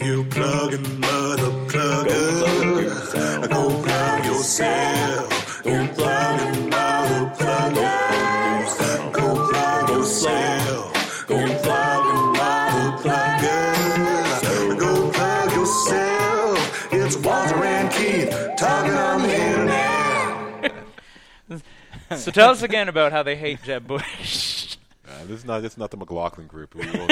you plugging mother plugger. Go plug yourself, you plugging mother plugger. Go plug yourself, you plugging mother plugger. Go plug yourself, it's Walter and Keith talking on the internet. So tell us again about how they hate Jeb Bush. Uh, this is not this is not the McLaughlin group. We won't,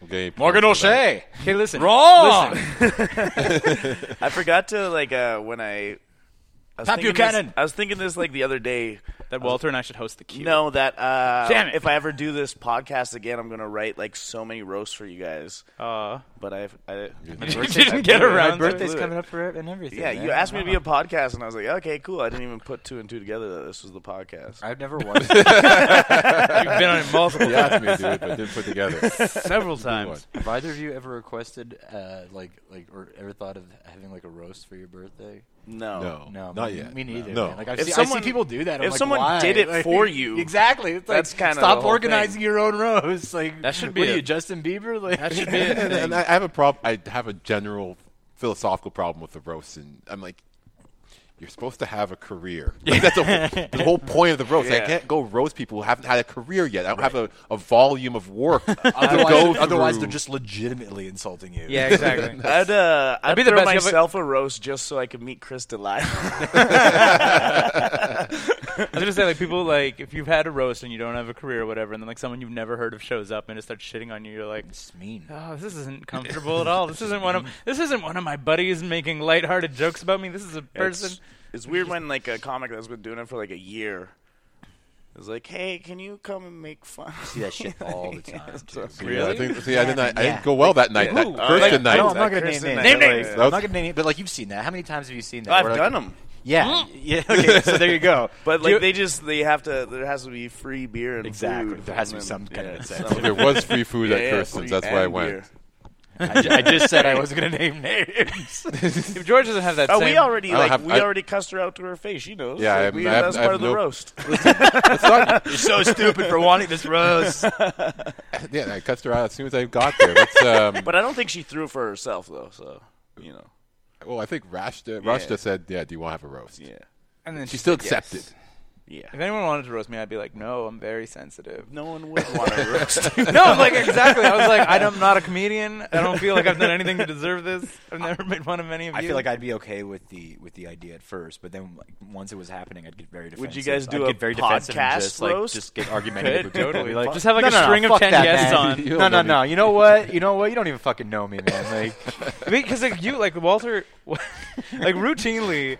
we'll get any points Morgan for O'Shea. Hey, listen. Wrong. I forgot to like uh, when I. I was Pat thinking Buchanan. This, I was thinking this like the other day. That Walter and I should host the queue. No, that uh, Damn it. if I ever do this podcast again, I'm gonna write like so many roasts for you guys. Uh, But I've, I, my you birthday- I didn't get blew it. around. I to blew it. it. for it and everything. Yeah, you asked me to be a podcast, and I was like, okay, cool. I didn't even put two and two together that this was the podcast. I've never watched You've been on it multiple That. He asked me to do it, but didn't put together. several times. times. Have either of you ever requested, uh, like, like, or ever thought of having like a roast for your birthday? no. No, No, Oh, not me, yet. Me neither. No, man. Like I've If seen, I someone- see people do that. I'm if like, someone why? did it Like, for you, exactly. It's like, that's kinda the stop whole organizing thing. your own roast. Like That should what be are a- you, Justin Bieber. Like That should be a and, thing. and I I have a problem. I have a general philosophical problem with the roast, and I'm like, you're supposed to have a career. Like, that's the whole, the whole point of the roast. I Yeah. can't go roast people who haven't had a career yet. I don't have a, a volume of work. to otherwise, go otherwise through. they're just legitimately insulting you. Yeah, exactly. I'd uh, I'd be the throw best. You have a- myself a roast just so I could meet Chris Delisle. I was gonna say like people like if you've had a roast and you don't have a career or whatever, and then like someone you've never heard of shows up and just starts shitting on you, you're like, It's mean. oh, this isn't comfortable at all. This isn't one of this isn't one of my buddies making lighthearted jokes about me. This is a person. It's, it's weird when like a comic that's been doing it for like a year is like, "Hey, can you come and make fun?" See that shit all the time. too. Yeah, I think, see, I didn't, I, Yeah. didn't go well that night. That Ooh. first Like, night. No, I'm not gonna name Kirsten names. Dunst. Name Like, names. I'm not gonna name it, but like you've seen that. How many times have you seen that? I've Where, like, done them, Yeah, yeah. Okay, so there you go. but You- like they just they have to. There has to be free beer and Exactly. food. There has and to be then- some kind of incentive. some- There was free food Yeah, at yeah, Kirsten's. free That's why I and went. beer. I, ju- I just said I wasn't gonna name names. if George doesn't have that, Oh, same, we already I don't like have- we I- already cussed her out to her face. She knows. Yeah, Like, I have- we, I have- that's I have part of the no- roast. It's not- You're so stupid for wanting this rose. yeah, I cussed her out as soon as I got there. That's, um, But I don't think she threw for herself though. So you know, Well, I think Rashta, Yeah. Rashta said, "Yeah, do you want to have a roast?" yeah, and then She still said yes. accepted. yeah. If anyone wanted to roast me, I'd be like, no, I'm very sensitive. No one would want to roast. no, I'm like, exactly. I was like, I'm not a comedian. I don't feel like I've done anything to deserve this. I've never made fun of any of you. I feel like I'd be okay with the with the idea at first, but then like, once it was happening, I'd get very defensive. Would you guys do I'd a get very defensive and podcast just, like, roast? just get argumentative with people. totally. Be like, Just have like a string of fuck ten that, guests man. on. You No, don't no, know no. You know what? You know what? You don't even fucking know me, man. Like, because like you, like Walter, like routinely,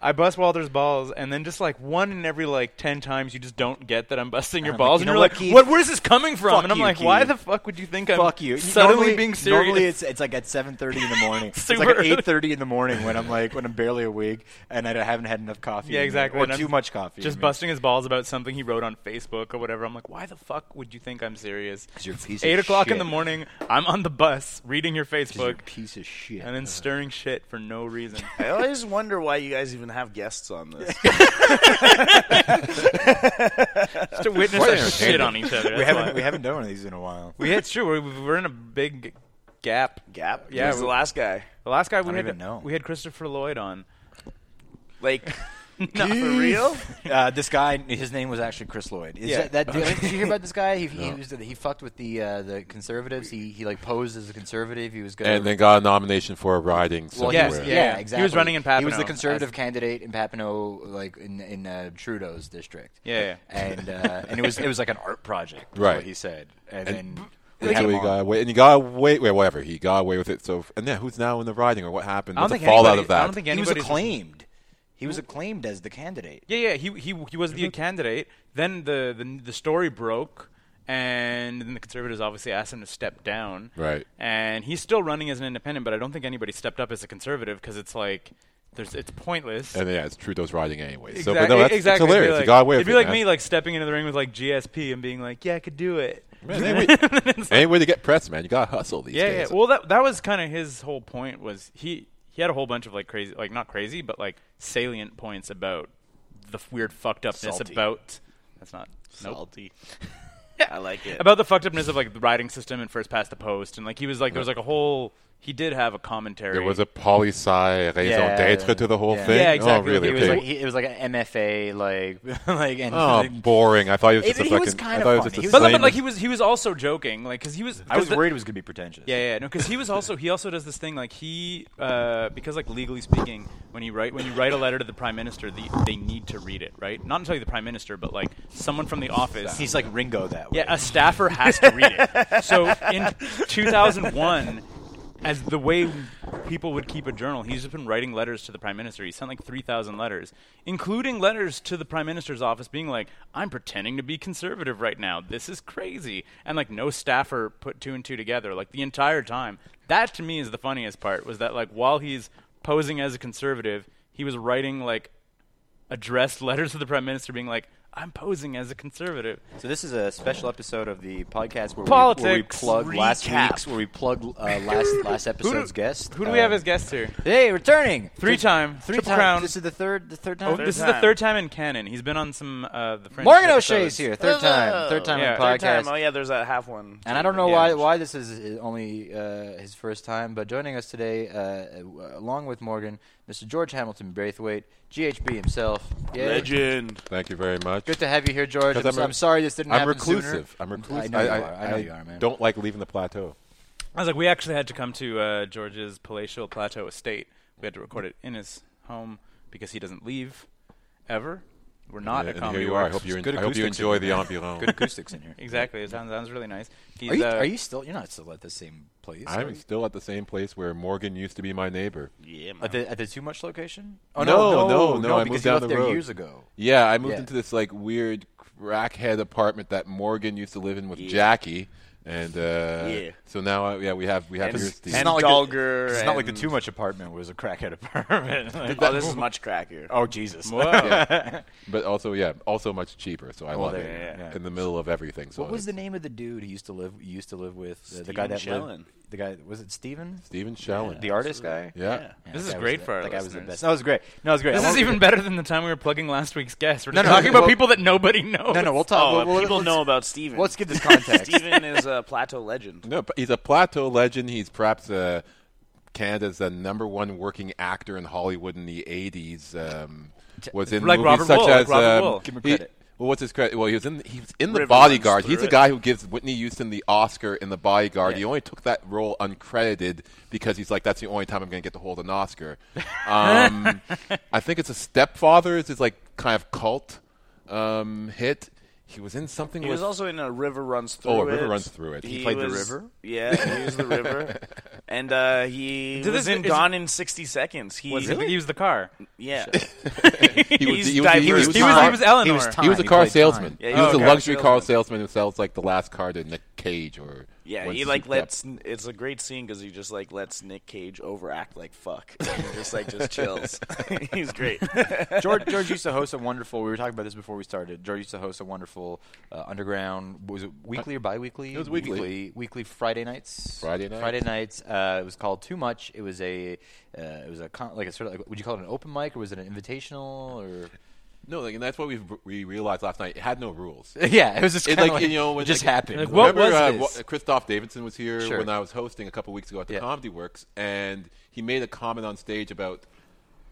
I bust Walter's balls, and then just like one in every like ten times, you just don't get that I'm busting your I'm like, balls, you and know you're what, like, Keith? what? Where is this coming from? Fuck And I'm you, like, why Keith. the fuck would you think I'm fuck you. Suddenly normally, being serious. Normally, it's it's like at seven thirty in the morning. it's Super like at early. eight thirty in the morning when I'm like when I'm barely awake and I haven't had enough coffee. Yeah, in me, exactly. Or And I'm too much coffee. just busting his balls about something he wrote on Facebook or whatever. I'm like, why the fuck would you think I'm serious? You're a piece of Eight o'clock in shit. the morning, I'm on the bus reading your 'Cause you're a Facebook piece of shit. and then stirring shit for no reason. I always wonder why you guys even have guests on this. Just to witness Quite us shit on each other. we that's why. haven't we haven't done one of these in a while. We it's true. We're, we're in a big gap. Gap. Yeah, Who's the we- last guy? The last guy we don't had, even know. we had Christopher Lloyd on. Like, Not for real? Uh, this guy, his name was actually Chris Lloyd. Is Yeah. that, that dude, did you hear about this guy? He, he, was, he fucked with the uh, the conservatives. He he like posed as a conservative. He was going And then got a nomination for a riding well, somewhere. he Yes, was- yeah, yeah. He was exactly. running in He was Papineau the conservative as- candidate in Papineau, like in in uh, Trudeau's district. Yeah, yeah. and uh, and it was it was like an art project, is Right. What he said, and, And- then we And had so he him on. got away, and he got away. Well, whatever, he got away with it. So, and yeah, who's now in the riding, or what happened? I don't What's think the fallout anybody- of that? I don't think he was anybody. acclaimed. He was acclaimed as the candidate. Mm-hmm. Yeah, yeah. He he he was the candidate. Then the the, the story broke, and then the conservatives obviously asked him to step down. Right. And he's still running as an independent, but I don't think anybody stepped up as a conservative because it's like there's it's pointless. And yeah, it's Trudeau's riding anyway. So, Exact- but no, that's it's exactly. It'd be hilarious. Like, It's a god way of it'd be it, like man. me, like stepping into the ring with like GSP and being like, "Yeah, I could do it." Man, any, way, any way to get press, man. You gotta hustle these yeah, days. yeah. Well, that that was kind of his whole point was he he had a whole bunch of like crazy, like not crazy, but like salient points about the f- weird fucked upness Salty. about that's not nope. Salty. I like it. about the fucked upness of like the writing system and first past the post and like he was like there was like a whole he did have a commentary. there was a poli sci raison Yeah, d'être to the whole yeah. thing. Yeah, exactly. Oh, really? It It was was okay. like he- it was like an MFA like like and oh, boring. I thought it was just It- a he fucking. was I kinda thought it was funny. just He a was but, like- same- but like he was he was also joking like because he was I was the- worried it was gonna be pretentious. Yeah, yeah, no, because he was also he also does this thing like he uh, because like legally speaking, when you write when you write a letter to the prime minister, the, they need to read it, right? Not entirely the prime minister, but like someone from the office. he's like Ringo that way. yeah, a staffer has to read it. So in 2001, as the way people would keep a journal, he's just been writing letters to the prime minister. He sent like 3,000 letters, including letters to the prime minister's office being like, I'm pretending to be conservative right now. This is crazy. And like no staffer put two and two together like the entire time. That to me is the funniest part was that like while he's posing as a conservative, he was writing like addressed letters to the prime minister being like, I'm posing as a conservative. So this is a special episode of the podcast where, we, where we Politics plug last recap. week's where we plug uh, last last episode's guest. Who do we have Uh, as guests here? Hey, returning Three time, three Triple times. Crown. This is the third the third time. Oh, this is the time. third time in canon. He's been on some uh, the French. Morgan episodes. O'Shea's here. Third time. Third time Yeah. on the Third podcast. time. Oh yeah, there's that half one. And I don't know Yeah. why why this is only uh, his first time, but joining us today, uh, along with Morgan, Mr. George Hamilton Braithwaite, GHB himself. Yay. Legend. Thank you very much. Good to have you here, George. 'Cause I'm, I'm am a- sorry this didn't I'm happen reclusive. sooner. I'm reclusive. I know you are. I know you are, man. Don't like leaving the plateau. I was like, we actually had to come to uh, George's palatial plateau estate. We had to record it in his home because he doesn't leave ever. We're not Yeah, a and comedy. here you are. I works. hope you, en- good I hope you acoustics in enjoy the here, man. Good ambiance. acoustics in here. Exactly. It sounds, sounds really nice. He's, Are you, uh, are you still? You're not still at the same place. are I'm you? still at the same place where Morgan used to be my neighbor. Yeah, man. at the at the too much location. Oh No, no, no, no, no, I moved because you down left the there road. years ago. Yeah, I moved Yeah. into this like weird crackhead apartment that Morgan used to live in with Jackie, and uh, Yeah. so now I, yeah we have we have And- yours, Steve. and- It's not like the- Dogger It's not like the and- too much apartment was a crackhead apartment. Like, oh, this is much crackier. oh Jesus! but also yeah, also much cheaper. So I love there it you go, yeah. in the middle of everything. So What was the name of the dude who used to live you used to live with uh, the Steven guy that Shellen. lived the guy was it Steven Steven Shellen? the artist guy? Yeah. Yeah, This that is guy was great the- for our that guy was the listeners. best. That was great. No, it was great. This I is won't- even better than the time we were plugging last week's guest. We're just No, no, talking well- about people that nobody knows. No, no, we'll talk. Oh, we'll- we'll- people let's- know about Steven. Let's give this context. Steven is a plateau legend. No, but he's a plateau legend. He's perhaps uh, Canada's the number one working actor in Hollywood in the '80s. Um, was in Like movies Robert such Wool, like as Robert um, Wool. Give him he- credit. well, what's his credit? Well, he was in he was in the River runs Bodyguard. through He's the it. guy who gives Whitney Houston the Oscar in the Bodyguard. He only took that role uncredited because he's like, that's the only time I'm going to get to hold an Oscar. Um, I think it's a Stepfather. It's his like kind of cult um, hit. He was in something. He with, was also in a river runs through. Oh, A it. River Runs Through It. He He played the was- river? Yeah, he was the river, and uh, he Did was this- in is- Gone in sixty seconds. He Was it- He was the car. yeah. he was, he's he was, he was, diverse. He was, he was Eleanor. He was Tom. He was a He car played salesman. Tom. Yeah, he he was was a a car luxury car salesman who sells like the last car to Nick Cage or Yeah, once he like he's lets. dead. It's a great scene because he just like lets Nick Cage overact like fuck, and just like just chills. He's great. George George used to host a wonderful. We were talking about this before we started. George used to host a wonderful uh, underground. Was it weekly or biweekly? It was weekly. Weekly, weekly Friday nights. Friday nights. Friday nights. Uh, it was called Too Much. It was a. Uh, it was a con- like a sort of like, would you call it an open mic or was it an invitational or? No, like, and that's what we we realized last night. It had no rules. yeah, it was just It, like, kind of like, you know, when, just like, happened. like, what Remember, was uh, this? Wa- Christoph Davidson was here Sure. when I was hosting a couple weeks ago at the Yeah. Comedy Works, and he made a comment on stage about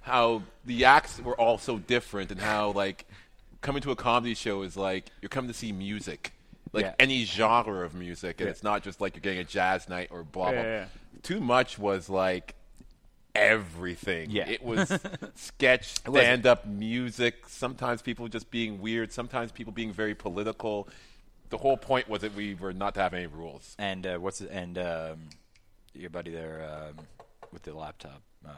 how the acts were all so different, and how like coming to a comedy show is like you're coming to see music, like Yeah. any genre of music, and it's not just like you're getting a jazz night or blah blah. Yeah, yeah, Too much was like everything. Yeah. It was sketch, stand up, music, sometimes people just being weird, sometimes people being very political. The whole point was that we were not to have any rules. And uh, what's it, and um, your buddy there um, with the laptop? Um,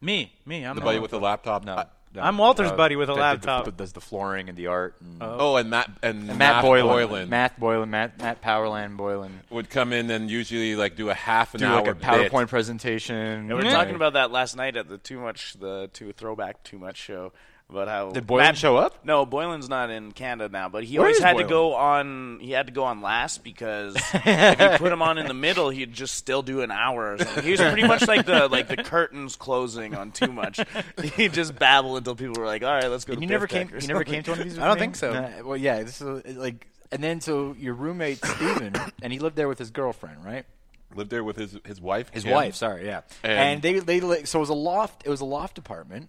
Me, me. I'm The the buddy with the laptop. No. I, no, I'm Walter's uh, buddy with a that did the- laptop. that does the flooring and the art. And, Oh, and Matt and, and Matt, Boylan, Boylan Matt Boylan, Matt Matt Powerland Boylan. would come in and usually like do a half an Do hour like a bit. PowerPoint presentation. We were talking about that last night at the too much the too throwback too much show about how Did Boylan show up? No, Boylan's not in Canada now, but he Where always is had Boylan? to go on. He had to go on last because if you put him on in the middle, he'd just still do an hour. Or something. He was pretty much like the like the curtains closing on too much. He'd just babble until people were like, "All right, let's go." And to you never Biff Deck came. or You never something. came to one of these. I don't think so. Uh, well, yeah. This is uh, like, and then so your roommate Steven, and he lived there with his girlfriend, right? Lived there with his his wife. His Kim. wife, sorry, yeah. And, And- they they like, so it was a loft. It was a loft apartment,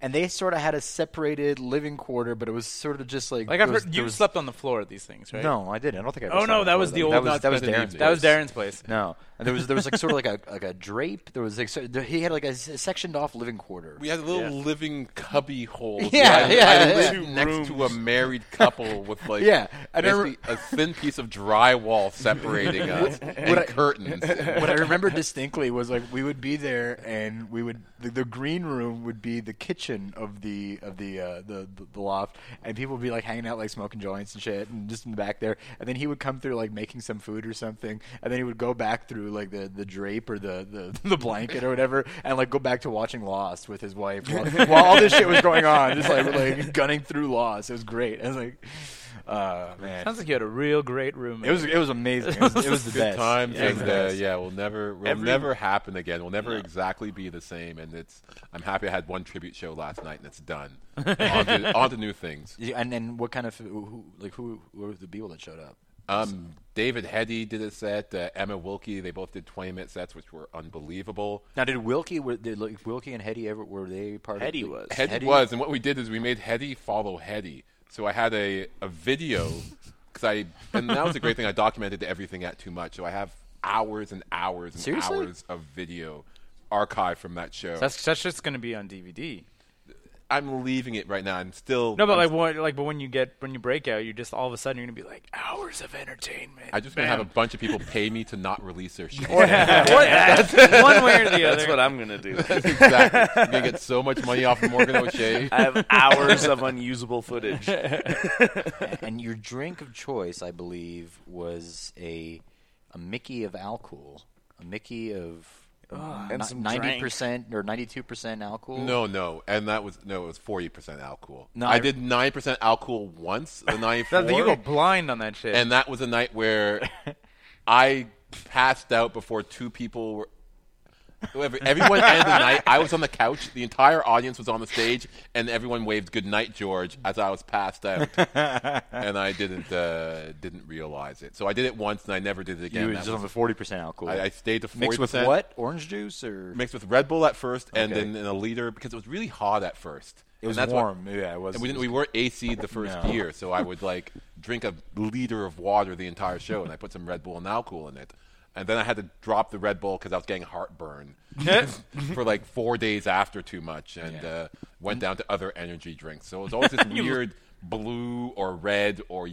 and they sort of had a separated living quarter, but it was sort of just like Like I've there was- heard, there you was- slept on the floor at these things, right? No, I didn't. I don't think I. Ever Oh, slept no, on that was the floor. old- That was that was Not Darren's. Darren's. that was Darren's place. No, and there was there was like sort of like a like a drape. There was like so, there, he had like a, s- sectioned off living quarter. We had a little living cubby hole. Yeah, I, I yeah, yeah. lived Two next to a married couple with like Yeah, and I basically a thin piece of drywall separating us and curtains. what I remember distinctly was like we would be there, and we would the, the green room would be the kitchen of the of the, uh, the the the loft, and people would be like hanging out like smoking joints and shit, and just in the back there. And then he would come through like making some food or something, and then he would go back through like the, the drape or the, the the blanket or whatever, and like go back to watching Lost with his wife while, while all this shit was going on, just like like gunning through Lost. It was great. I was like, uh, man. Sounds like you had a real great roommate. It was it was amazing. It was, it was the best. Times It was and the uh, best. yeah, will never will Every- never happen again. We'll never exactly be the same. And it's I'm happy I had one tribute show last night and it's done. on, to, on to new things. Yeah, and and what kind of who, who like who who were the people that showed up? Um, David Hetty did a set. Uh, Emma Wilkie. They both did 20 minute sets, which were unbelievable. Now, did Wilkie were did like Wilkie and Hetty ever were they part Hetty of? the- was. Hetty, was, and what we did is we made Hetty follow Hetty. So I had a, a video because I and that was a great thing. I documented everything at too much, so I have hours and hours and Seriously? hours of video archive from that show. That's that's just going to be on DVD. I'm leaving it right now. I'm still No, but I'm like, when, like, but when you get when you break out, you just all of a sudden you're gonna be like hours of entertainment. I just gonna have a bunch of people pay me to not release their shit. Or that, one way or the other. That's what I'm gonna do. exactly. I'm gonna get so much money off of Morgan O'Shea. I have hours of unusable footage. And your drink of choice, I believe, was a a Mickey of alcohol, a Mickey of um, Ah, and some ninety percent or ninety two percent alcohol. No, no, and that was no, it was forty percent alcohol. No, I- I did nine percent alcohol once the night before. That- you go blind on that shit. and that was a night where I passed out before two people were. whoever- Everyone ended the night. I was on the couch. The entire audience was on the stage, and everyone waved "Good night, George" as I was passed out, and I didn't uh, didn't realize it. So I did it once, and I never did it again. you were That just was- on the forty percent alcohol. I, I stayed to 40%, Mixed with what? Orange juice or Mixed with Red Bull at first, and Okay. then in a liter because it was really hot at first. it was and that's what- warm. yeah, it was. and we didn't. We weren't AC'd the first No. year, so I would like drink a liter of water the entire show, and I put some Red Bull and alcohol in it, and then I had to drop the Red Bull because I was getting heartburn for like four days after too much, and uh, went down to other energy drinks. So it was always this weird blue or red or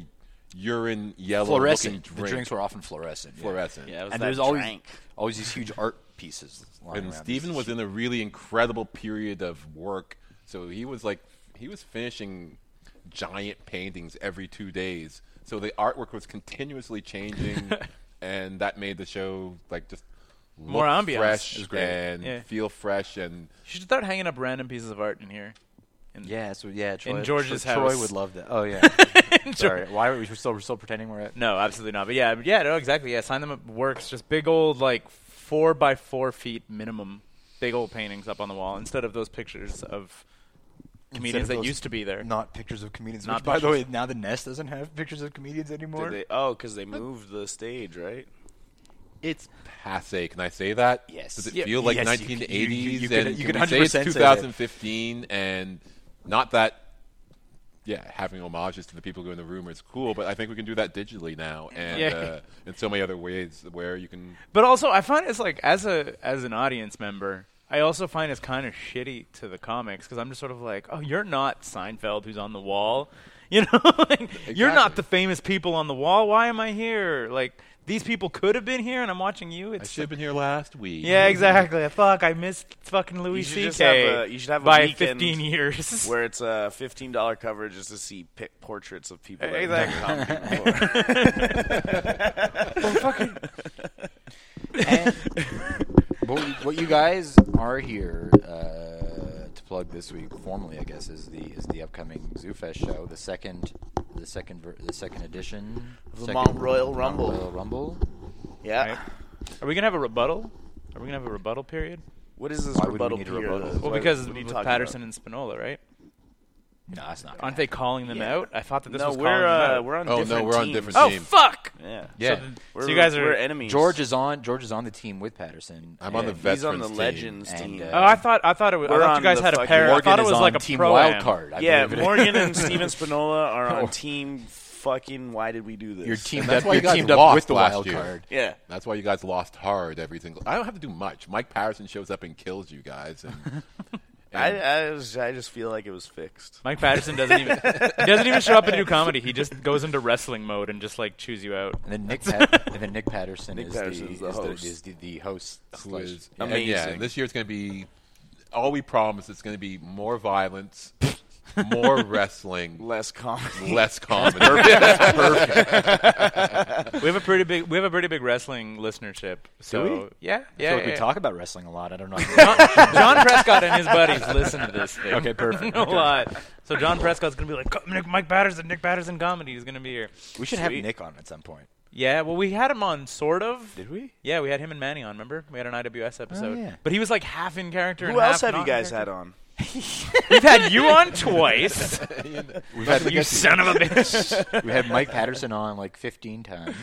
urine yellow fluorescent. looking The drink. drinks were often fluorescent. yeah. fluorescent. Yeah, it was and that there's always drank. always these huge art pieces. lying and around. Steven was in a really incredible period of work. So he was like he was finishing giant paintings every two days. So the artwork was continuously changing, and that made the show like just More look ambiance. fresh It was great. and Yeah. feel fresh. And you should start hanging up random pieces of art in here. Yeah, so yeah, Troy, George's Troy, Troy house. would love that. Oh yeah. Sorry, why are we we're still we're still pretending we're at? No, absolutely not. But yeah, but yeah, no, exactly. Yeah, sign them up. Works just big old like four by four feet minimum, big old paintings up on the wall instead of those pictures of comedians that those- used to be there. Not pictures of comedians. Not which, by the way, pictures. now the Nest doesn't have pictures of comedians anymore. Did they, oh, because they moved the stage, right? it's passe. Can I say that? Yes. Does it Yeah, feel like yes, you can- 1980s? you- you- you and can- you can can we say it's 100% say that. 2015 and not that. Yeah, having homages to the people who are in the room is cool, but I think we can do that digitally now and Yeah. uh, in so many other ways where you can But also, I find it's like as a as an audience member, I also find it's kind of shitty to the comics because I'm just sort of like, oh, you're not Seinfeld who's on the wall. You know, like, you're not the famous people on the wall. Why am I here? Like, these people could have been here, and I'm watching you. I It's should have been here last week. yeah, exactly. Fuck, I missed fucking Louis should just have a- C.K. you should have a by weekend 15 years. where it's a fifteen dollar cover just to see pi portraits of people. that Exactly. have done comedy before. And- but what you guys are here uh, to plug this week, formally, I guess, is the is the upcoming Zoo Fest show, the second, the second, ver- the second edition, The second Mont Royal Rumble. Royal Rumble. yeah. Right. Are we gonna have a rebuttal? Are we gonna have a rebuttal period? What is this Why would we rebuttal need a period? rebuttal? What- Well, because what are you with talking Patterson about? and Spinola, right? No, that's not. Aren't they calling them Yeah. out? I thought that this no, was calling we're them uh, out. we're on. Oh, no, different we're on teams. different oh team. fuck! Yeah. Yeah. So, We're, you guys we're are enemies. George is on. George is on the team with Patterson. I'm on the and He's Veterans on the team. Legends And, team. uh, Oh, I thought I thought it was, I We're thought on you guys the had a fucking- pair. I Morgan thought it is was on like a team pro wild card. I yeah, believe it is. Oh. Morgan and Steven Spinola are on team. Fucking, why did we do this? Your team. That's That's why why you you guys teamed up lost with the last wild year. card. Yeah. That's why you guys lost hard every single. I don't have to do much. Mike Patterson shows up and kills you guys. And, and I, I, was- I just feel like it was fixed. Mike Patterson doesn't even he doesn't even show up and do comedy. He just goes into wrestling mode and just like chews you out. And then Nick, Pat- and then Nick Patterson Nick is, Patterson is the, the is, the, host. is the, the host. who slash- is- yeah. and yeah, Amazing. and this year's going to be. All we promise is going to be more violence, more wrestling, Less comedy. less comedy. That's perfect. We have a pretty big we have a pretty big wrestling listenership. So we? yeah, so yeah. if yeah, we yeah. talk about wrestling a lot. I don't know. John Prescott and his buddies listen to this thing. Okay, perfect. a lot. So John Prescott's gonna be like "Co- Nick, Mike Patterson, Nick Patterson comedy is gonna be here. we should have Sweet. Nick on at some point. Yeah, well, we had him on sort of. Did we? Yeah, we had him and Manny on. Remember, we had an IWS episode. yeah. But he was like half in character. Who and else half have not you in guys character. had on? We've had you on twice. We've had you son of a bitch. We had Mike Patterson on like 15 times.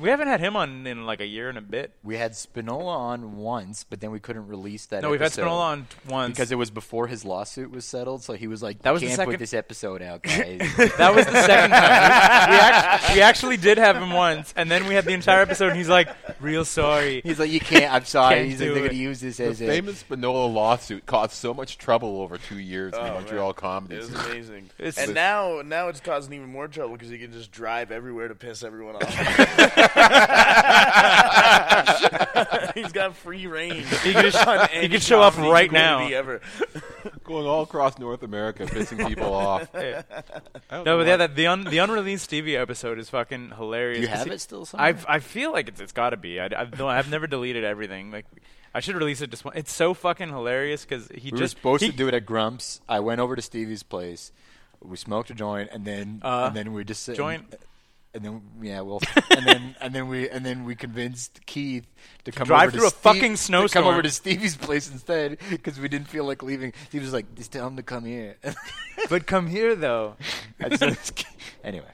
we haven't had him on in like a year and a bit. We had Spinola on once, but then we couldn't release that. No, we've had episode Spinola on t- once. because it was before his lawsuit was settled. So he was like, That was the can't second- put this episode out, guys." that was the second time. We, actually, we actually did have him once, and then we had the entire episode, and he's like, real sorry. He's like, "You can't." I'm sorry. Can't He's like, do "They're it." going to use this The as a." famous Spinola lawsuit caused so much trouble over two years in Montreal comedy. It was amazing. It's- and now, now it's causing even more trouble because you can just drive everywhere to piss everyone off. He's got free range. He could, just, he could show up Comedy right community now. Ever. Going all across North America, pissing people off. I don't No, know but yeah, why- that, the un, the unreleased Stevie episode is fucking hilarious. Do you 'cause have he- it still somewhere? I've, I feel like it's, it's got to be. I, I've, no, I've never deleted everything. Like, I should release it just one. It's so fucking hilarious because he we were just supposed he- to do it at Grumps. I went over to Stevie's place. We smoked a joint, and then Uh, and then we just sit- joint? And then yeah, well, and then and then we and then we convinced Keith to come drive over to through a Steve- fucking To come snowstorm. over to Stevie's place instead because we didn't feel like leaving. He was like, "Just tell him to come here." But come here though. I just- anyway,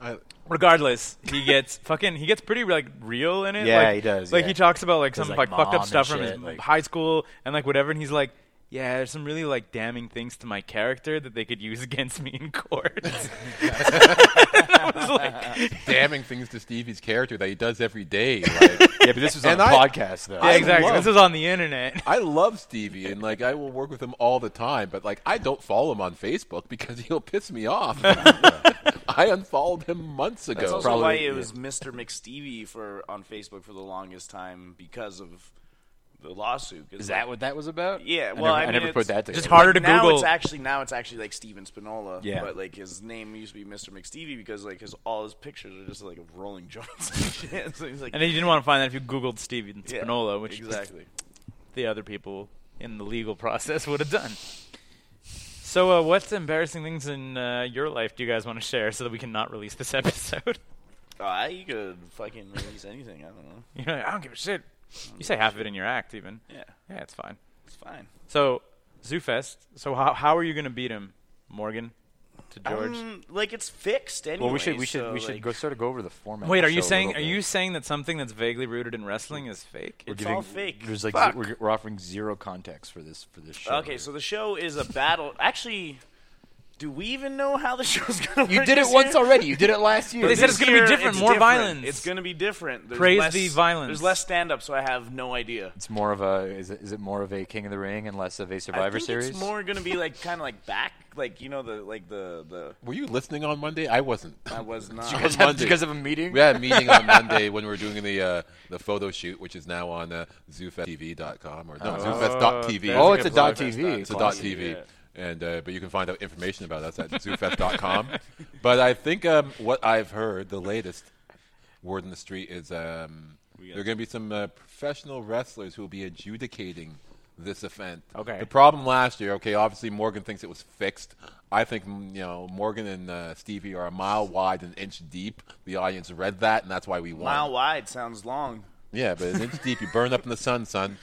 I- Regardless, he gets fucking. He gets pretty like real in it. Yeah, like, he does, Like yeah. he talks about like His, some like, like, fucked mom up and stuff from shit, his like- high school and like whatever. And he's like, yeah, there's some really like damning things to my character that they could use against me in court. I was like, damning things to Stevie's character that he does every day. Like, yeah, but this was And on a I- podcast though. yeah, exactly. love- This is on the internet. I love Stevie, and like I will work with him all the time, but like I don't follow him on Facebook because he'll piss me off. I unfollowed him months ago. That's also Probably, why it was yeah. Mr. McStevie for on Facebook for the longest time because of the lawsuit. 'Cause Is that what that was about? Yeah, I well, never, I mean, never put it's that together. Just harder to now Google. it's actually now it's actually like Steven Spinola. Yeah. But like his name used to be Mr. McStevie because like his all his pictures are just like of Rolling Jones and shit. So he's like and then you didn't want to find that if you Googled Steven yeah, Spinola, which exactly. the other people in the legal process would have done. So, uh, what's embarrassing things in uh, your life do you guys want to share so that we can not release this episode? Oh, I you could fucking release anything. I don't know. You're like, I don't give a shit. You say half of it in your act, even. Yeah, Yeah, it's fine. it's fine. So, ZooFest. So, how how are you going to beat him, Morgan, to George? Um, like it's fixed anyway. well, we should we should so, we should like, go sort of go over the format. Wait, of are the you show a saying are little you bit. saying that something that's vaguely rooted in wrestling is fake? It's all fake. There's like Fuck. we're, we're offering zero context for this for this show. Okay, so the show is a battle. Actually, Do we even know how the show's gonna You work did it this once year? already. You did it last year. They said it's This gonna year, be different, it's more different. violence. It's going to be different. There's Praise less, the violence. There's less stand up, so I have no idea. It's more of a is it, is it more of a King of the Ring and less of a I Survivor think Series? It's more going to be like kind of like back, like you know the like the the. Were you listening on Monday? I wasn't. I was not. Because Is that Monday. because of a meeting. We had a meeting on Monday when we were doing the uh, the photo shoot, which is now on uh, zoofesttv.com or no, zoofest.tv. Oh, it's a That's a dot good TV. It's a dot TV. And uh, but you can find out information about us at zoofest.com. But I think um, what I've heard, the latest word in the street is um, there are going to be some uh, professional wrestlers who will be adjudicating this event. Okay. The problem last year, okay, obviously Morgan thinks it was fixed. I think mm, you know Morgan and uh, Stevie are a mile wide and an inch deep. The audience read that, and that's why we won. Mile wide sounds long. Yeah, but an inch deep, you burn up in the sun, son.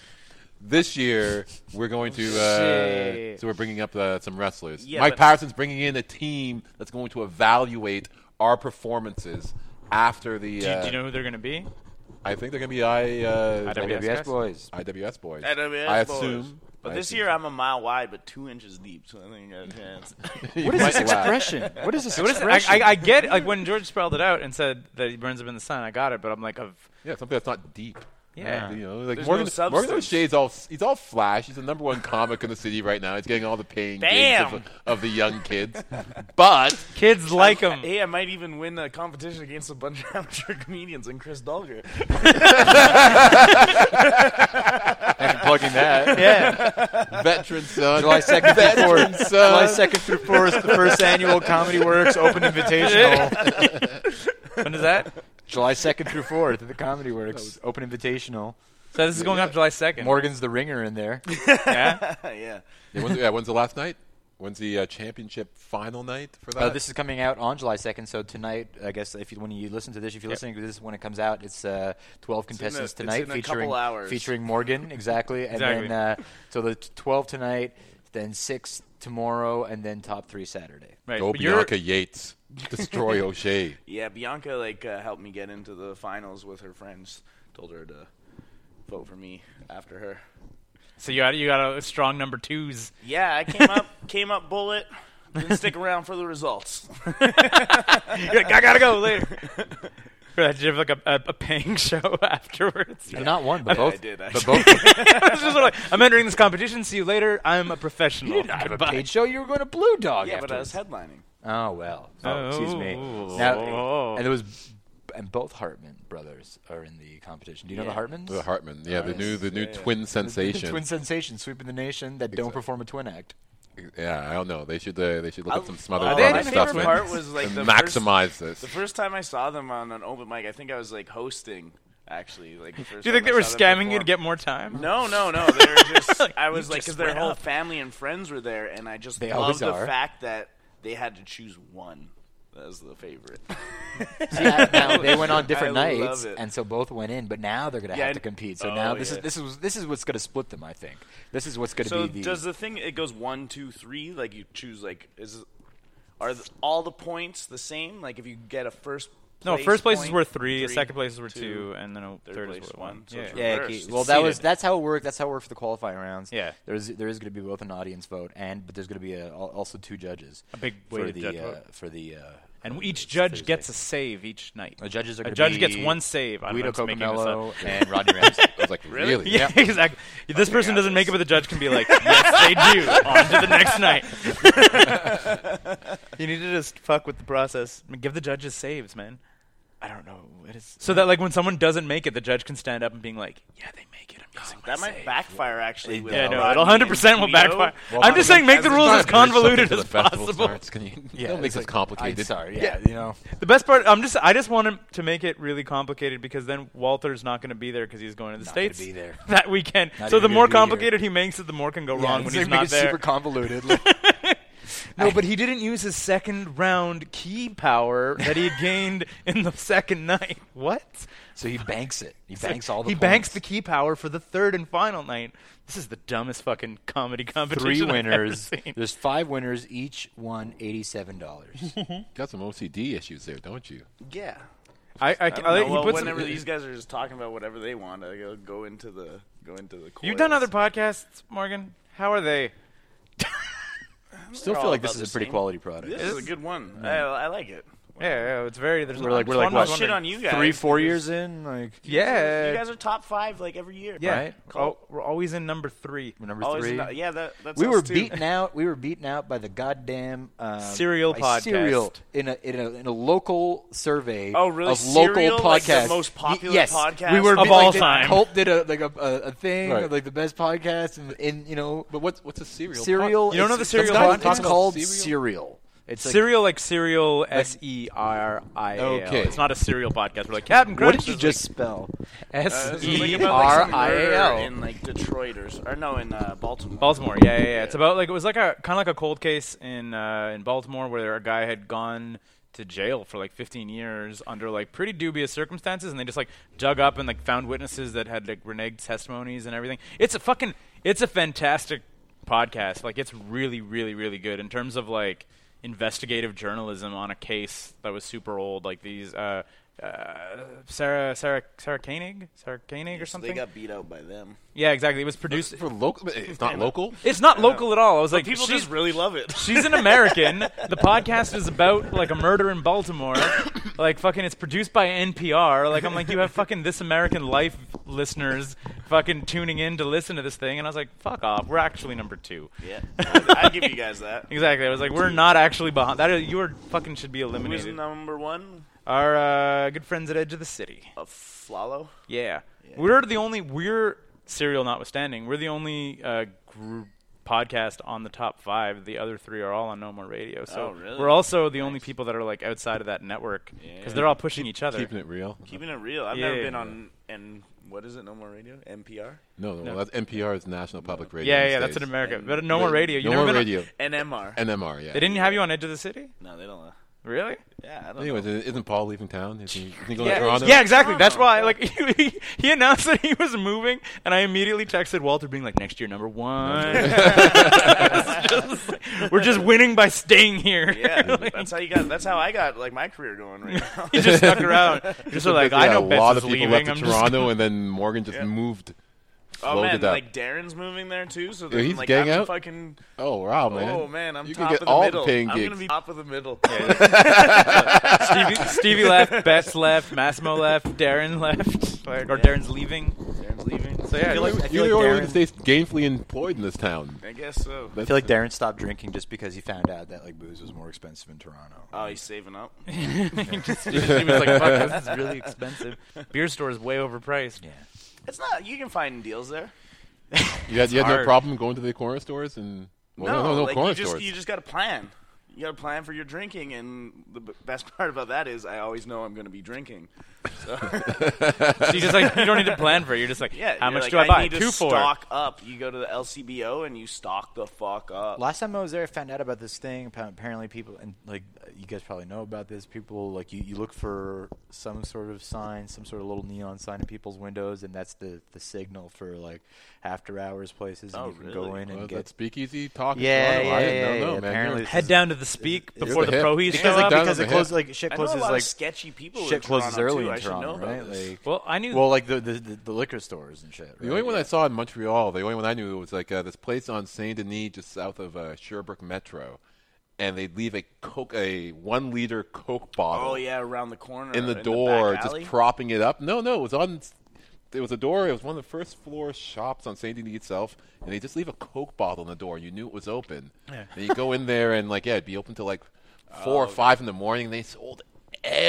This year, we're going to. Uh, Shit. so we're bringing up uh, some wrestlers. Yeah, Mike but- Patterson's bringing in a team that's going to evaluate our performances after the. Do, you- uh, do you know who they're going to be? I think they're going to be I, uh, IWS WBS guys? boys. IWS boys. IWS I boys. assume. But I this assume year so. I'm a mile wide, but two inches deep, so I think I got a chance. You What is might this laugh. expression? What is this What is expression? I, I, I get like when George spelled it out and said that he burns up in the sun. I got it, but I'm like, of Yeah, something that's not deep. Yeah. you know, like There's Morgan, no Morgan substance. O'Shea's all he's all flash. He's the number one comic in the city right now. He's getting all the paying gigs Damn. of, of the young kids, but kids like him. Hey, I might even win a competition against a bunch of amateur comedians and Chris Dolger. plugging that. veteran son, July second through veteran fourth. son. July second through fourth. The first annual Comedy Works Open Invitational. When is that? July second through fourth at the Comedy Works Open Invitational. So this is going up July 2nd. Morgan's the ringer in there. yeah? yeah. Yeah, when's, yeah, when's the last night? When's the uh, championship final night for that? Uh, this is coming out on July 2nd, so tonight, I guess, if you, when you listen to this, if you're listening to this when it comes out, it's uh, 12 in a- contestants it's tonight, in a featuring couple hours. featuring Morgan, exactly, and Exactly. then uh, so the t- 12 tonight, then six tomorrow, and then top three Saturday. Right. Go but you're- Bianca Yates. Destroy O'Shea. Yeah, Bianca like uh, helped me get into the finals with her friends. Told her to vote for me after her. So you got you got a strong number twos. Yeah, I came up came up bullet. Didn't stick around for the results. You're like, I gotta go later. Right, Did you have like a, a, a paying show afterwards? So not one, but I both. did. But Actually. both It's just sort of like, I'm entering this competition. See you later. I'm a professional. you didn't have a Goodbye. paid show. You were going to Blue Dog. Yeah, but I was afterwards. headlining. Oh well. Oh, excuse me. Oh. Now, and it was, and both Hartman brothers are in the competition. Do you know the Hartmans? The Hartman. Yeah, the new the new twin sensation. Twin sensation sweeping the nation that don't perform a twin act. yeah, I don't know. They should uh, they should look up some smothered Uh, Brother my stuff favorite and- part was like and the maximize First, the this. first time I saw them on an open mic, I think I was like hosting. Actually, like the first Do you time think they I were saw them scamming you perform. to get more time? No, no, no. They were just. I was You like, just because their went whole up. family and friends were there, and I just They loved always the are. fact that they had to choose one. That was the favorite. Yeah, now they went on different I love nights, it. and so both went in. But now they're going to Yeah, have I- to compete. So oh, now this yeah. is this is this is what's going to split them. I think this is what's going to so be the. does the thing? It goes one, two, three. Like you choose. Like is are th- all the points the same? Like if you get a first. No, place first places point, were three, second places were two, two, and then a third third place is one. one, so it's yeah, reversed. Keith. well, that was Seated. that's how it worked. That's how it worked for the qualifying rounds. Yeah. there's there is going to be both an audience vote and but there's going to be a, al- also two judges. A big for weighted the judge uh, vote. for the uh, And each Thursday. judge gets a save each night. The judges are a gonna judge be gets one save. I'm Guido just making this Cocomello up. and Rodney Ramsey. I was like, really? Yeah, exactly. This person doesn't make it, but the judge can be like, "Yes, they do." On to the next night. you need to just fuck with the process. I mean, give the judges saves, man. I don't know what is. So that like when someone doesn't make it, the judge can stand up and being like, "Yeah, they make it." I'm using my That might save." backfire actually. with Yeah, no, Rodney it'll and 100 percent will Guido. backfire. I'm just saying, make the rules as convoluted Something as for the festival possible. starts. Can you, Yeah, don't make it's this like- complicated. I'm sorry. Yeah, you know. The best part, I'm just, I just want him to make it really complicated because then Walter's not going to be there because he's going to the Not gonna states be there. that weekend. Not so even the gonna more be here. complicated he makes it, the more can go wrong when it's he's like, make not it there. Super convoluted. Like, no, but he didn't use his second round key power that he had gained in the second night. What? so he banks it. He banks all the. he points. banks the key power for the third and final night. This is the dumbest fucking comedy competition. three I've ever winners. seen. There's five winners, each won eighty-seven dollars. Got some OCD issues there, don't you? Yeah. I, I, I can- don't I know. think he Well, puts whenever some- these guys are just talking about whatever they want, I go, go into the go into the. You've done coils. other podcasts, Morgan. How are they? Still all feel like about this the is a pretty same. quality product. This is a good one. I, I like it. Yeah, yeah, it's very. There's We're like- I'm we're like, just what? wondering- Shit on you guys. Three, four years in, like Yeah, You guys are top five like every year. yeah. right? Oh, we're always in number three. number Always three. not- yeah, that, that's we us were too. beaten out. We were beaten out by the goddamn uh, Serial by podcast. Serial in a, in a in a local survey. Oh, really? Of Serial, local like the podcasts, most Y- popular yes. podcast? we were Of beat- E all like, they- time. Culp did a like a, a, a thing Right. of, like the best podcast, and, and you know, But what's what's a serial? Serial. You don't know it's- the Serial It's, called- podcast? it's called Serial? Serial. It's like, serial like serial S E R I A L. Okay. It's not a serial podcast. We're like Captain what Crunch. did you just spell? Uh, S this is, like, E about, like, R some I A murder L? in like Detroit or, s- or no in uh, Baltimore. Baltimore. Yeah, yeah, yeah. It's about like it was like a kind of like a cold case in uh, in Baltimore where a guy had gone to jail for like 15 years under like pretty dubious circumstances, and they just like dug up and like found witnesses that had like reneged testimonies and everything. It's a fucking it's a fantastic podcast. Like it's really, really, really good in terms of like investigative journalism on a case that was super old. Like these. Uh, uh, Sarah, Sarah, Sarah Koenig, Sarah Koenig, or They something. got beat out by them. yeah, exactly. It was produced. For local, it's not local. It's not local at all. I was like, People she's- just really love it. She's an American. The podcast is about like a murder in Baltimore. Like fucking, it's produced by NPR. Like I'm like, you have fucking This American Life listeners fucking tuning in to listen to this thing, and I was like, fuck off. We're actually number two. yeah, I give you guys that. Exactly. I was like, we're not actually behind. That is, you are fucking should be Who's eliminated. number one? Our uh, good friends at Edge of the City. A Uh, Flalo. Yeah. We're the only, we're, serial notwithstanding, we're the only uh, group podcast on the top five. The other three are all on No More Radio. Oh, So really? we're also the only people that are like outside of that network because they're all pushing each other. Keeping it real. Keeping it real. I've Yeah, never yeah, been yeah. on and what is it? No more radio. NPR. No, no, Well, that's NPR is National Public Radio. yeah, in yeah, the that's in States. America. But No More Radio. You No never more been on- radio. NMR. NMR. Yeah. they didn't have you on Edge of the City? no, they don't. Know. Really? Yeah, I don't. Anyways, isn't Paul leaving town? Is he, is he going to Yeah, Toronto? yeah, exactly. That's why. Like he, he announced that he was moving, and I immediately texted Walter, being like, "Next year, number one." It's just- we're just winning by staying here. Yeah, Like- that's how you got. That's how I got like my career going right now. He just stuck around. Just so like, I Yeah, know a Bess lot is of people leaving. left to I'm just- Toronto, and then Morgan just moved. oh Loaded man, up. like Darren's moving there too. So then, he's like gang I'm out? fucking. Oh wow, man! Oh man, I'm you top can get of the all middle. the paying I'm gigs. gonna be top of the middle. Stevie, Stevie left, Bets left, Massimo left, Darren left, like, or Darren's leaving. Darren's leaving. So yeah, like, You're- I feel You're the like only one Darren- that stays gainfully employed in this town. I guess so. I feel like Darren stopped drinking just because he found out that like booze was more expensive in Toronto. Oh, he's saving up. he was like, "Fuck, this is really expensive. Beer store is way overpriced." Yeah. It's not. You can find deals there. You had, you had no hard. problem going to the corner stores and well, no, no, no like, corner you just, stores. You just got to plan. You got to plan for your drinking, and the b- best part about that is I always know I'm going to be drinking. So you just like you don't need to plan for it. You're just like, Yeah, how you're like, much do I buy? Need to Two for stock up. You go to the LCBO and you stock the fuck up. Last time I was there, I found out about this thing. Appa- Apparently, people and like you guys probably know about this. People like you, you look for some sort of sign, some sort of little neon sign in people's windows, and that's the the signal for like after hours places. And Oh, you can go really? in well, and that get speakeasy talk. in yeah, Toronto, yeah, I yeah, didn't yeah, know, yeah. man. Apparently, Head down to the speak the before the hip. prohies Because show like up. down because on it the closes hip. like shit I know a closes lot like of sketchy people. shit in closes Toronto, early too. I in should know Toronto, about right? this. Like Well, I knew. well, like the, the the- the liquor stores and shit. Right? The only one I saw in Montreal, the only one I knew was like uh, this place on Saint Denis, just south of uh, Sherbrooke Metro, and they'd leave a Coke, a one liter Coke bottle. oh yeah, around the corner in the back door, alley. just propping it up. No, no, it was on. It was a door. It was one of the first floor shops on Saint Denis itself, and they just leave a Coke bottle in the door. You knew it was open. And you go in there, and like, yeah, it'd be open till like Oh, four or five in the morning. They sold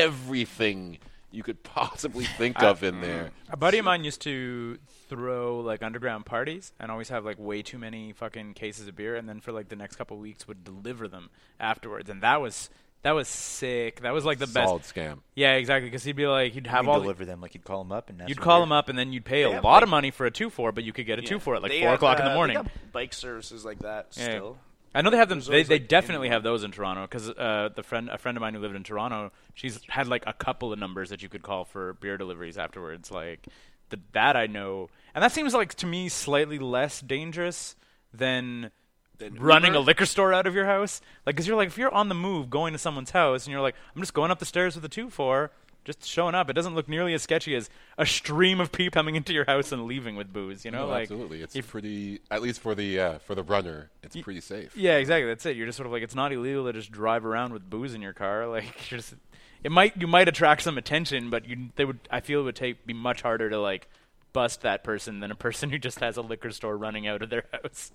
everything you could possibly think of in there. Mm. A buddy of mine used to throw like underground parties and always have like way too many fucking cases of beer, and then for like the next couple weeks would deliver them afterwards, and that was that was sick. That was like the Solid best. scam. Yeah, exactly. Because he'd be like, you'd have you all. the- deliver them like you'd call them up and that's You'd what call they're- them up, and then you'd pay a have, lot like- of money for a two four, but you could get a Yeah. two four at like They four have, o'clock in uh, the they morning. got bike services like that Yeah. still. I know they have them. There's They, always, they like, definitely in- have those in Toronto because uh, the friend a friend of mine who lived in Toronto, she's had like a couple of numbers that you could call for beer deliveries afterwards. Like the, that I know, and that seems like to me slightly less dangerous than. running a Uber? liquor store out of your house, like, cause you're like, if you're on the move going to someone's house and you're like, I'm just going up the stairs with a two four, just showing up. It doesn't look nearly as sketchy as a stream of people coming into your house and leaving with booze. You No, know, like absolutely. It's if- pretty, at least for the uh, for the runner, it's Y- pretty safe. yeah, exactly. That's it. You're just sort of like it's not illegal to just drive around with booze in your car. Like you're just, it might you might attract some attention, but you they would I feel it would take be much harder to like bust that person than a person who just has a liquor store running out of their house.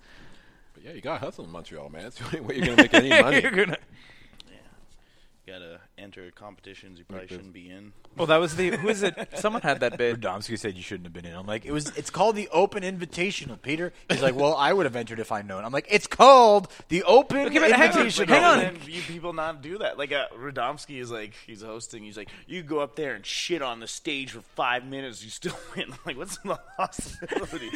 But yeah, you got to hustle in Montreal, man. It's the only way you're going to make any money. You're gonna- Gotta enter competitions you probably shouldn't be in. well, that was the who is it? Someone had that bit. Domsky said you shouldn't have been in. I'm like, it was. It's called the Open Invitational, Peter. He's like, well, I would have entered if I'd known. I'm like, it's called the Open Okay, but hang on, Invitational. hang on. Why do You people not do that. Like uh, Radomski is like he's hosting. He's like you go up there and shit on the stage for five minutes. You still win. I'm like what's the possibility?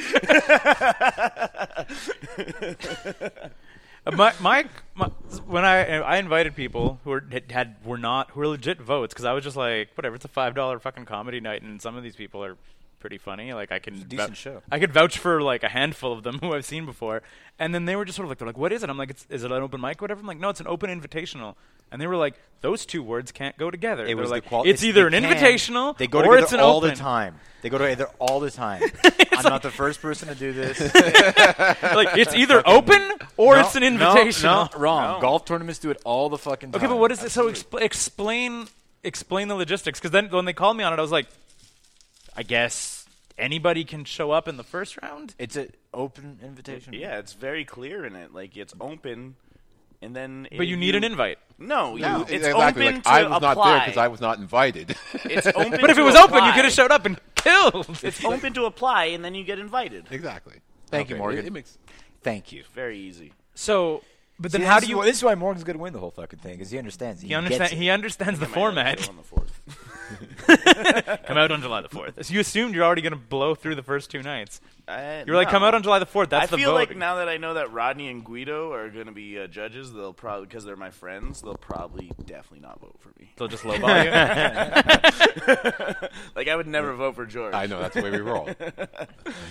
Uh, my, my, my when I I invited people who were had- had were not who were legit votes because I was just like whatever it's a five dollar fucking comedy night and some of these people are pretty funny like I can decent show. I could vouch for like a handful of them who I've seen before and then they were just sort of like they're like what is it I'm like it's, is it an open mic or whatever I'm like no it's an open invitational and they were like those two words can't go together It they're was the like qual- it's, either an they can. invitational They go or together it's an all open the time. They go together all the time. I'm not the first person to do this. like it's either open or it's an No, no, invitational No, wrong. Golf tournaments do it all the fucking time. Okay, but what is it? So exp- explain explain the logistics because then when they called me on it, I was like, I guess anybody can show up in the first round. It's an open invitation. yeah, it's very clear in it. Like it's open, and then But you need an invite. No, you, You- it's exactly. open like, to I was apply. not there because I was not invited. It's open. But if it to was open, you apply. could have showed up and killed. It's open to apply, and then you get invited. exactly. Thank you, Okay, Morgan. It, it makes Thank you. Very easy. so, but then See, how this do is you? why- This is why Morgan's going to win the whole fucking thing because he understands. He, he understand, Gets it. He understands the format. On the fourth. Come out on July the fourth. So you assumed you're already going to blow through the first two nights. I- You were like, come Uh, no. out on July the fourth. That's I the feel vote. like now that I know that Rodney and Guido are going to be uh, judges, they'll probably because they're my friends, they'll probably definitely not vote for me. They'll just lowball you. Like I would never vote for George. I know that's the way we roll.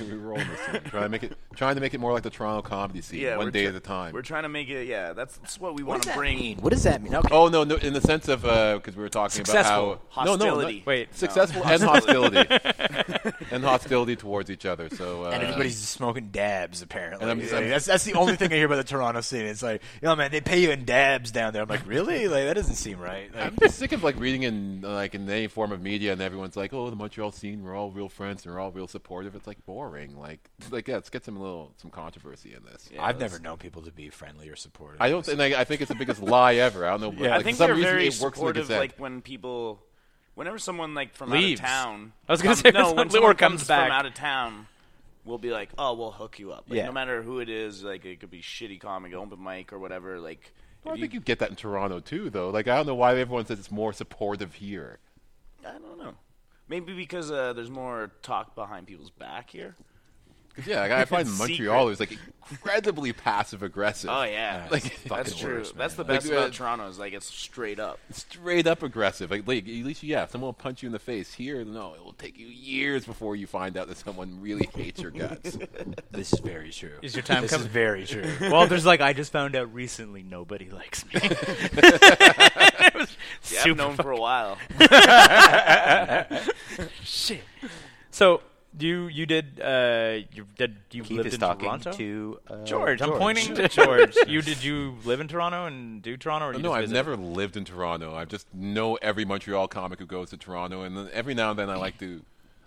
we roll this one. Trying to make it, trying to make it more like the Toronto comedy scene, Yeah, one we're day tr- at a time. We're trying to make it. Yeah, that's, that's what we What want does to that bring. mean? What does that mean? Okay. Oh no, no! In the sense of because we were talking Successful. about how no, no, Hostility. not- Wait. successful and hostility, and hostility towards each other. So uh, and everybody's just smoking dabs apparently. And I'm- Like, I'm- that's that's the only thing I hear about the Toronto scene. It's like, yo, man, they pay you in dabs down there. I'm like, really? Like that doesn't seem right. Like, I'm just sick of like reading in like in any form of media, and everyone's like, "Oh, the Montreal scene, we're all real friends, and we're all real supportive." It's like boring. Like, like yeah, let's get some little some controversy in this. I've never known people to be friendly or supportive. I don't think I, I think it's the biggest lie ever. I don't know. Yeah. like, I think for some reason they're very it works in the supportive. Gazette. like when people, whenever someone like from Leaves. out of town, I was gonna come- say, no, when or someone comes back. from out of town, we'll be like, oh, we'll hook you up. Like, Yeah. no matter who it is, like it could be shitty comic, open mic, or whatever. Like, Well, I if think you get that in Toronto too, though. Like, I don't know why everyone says it's more supportive here. I don't know. Maybe because uh, there's more talk behind people's back here. 'Cause, yeah, like, I find Secret. Montreal is like incredibly passive aggressive. Oh yeah, Like, that's fucking true. worse, that's the Like, best about uh, Toronto is like it's straight up. straight up aggressive. Like, like, at least yeah, someone will punch you in the face. Here, no, it will take you years before you find out that someone really hates your guts. This is very true. Is your time This coming? is very true. Walter's like, I just found out recently nobody likes me. It was Yeah, super I've known fucking- for a while. Shit. So you you did uh you did you Keith lived is in talking Toronto? to uh, George, I'm pointing to George. you did you live in Toronto and do Toronto or Oh, you Uh, no, just I've visit? never lived in Toronto. I just know every Montreal comic who goes to Toronto, and then every now and then I like to.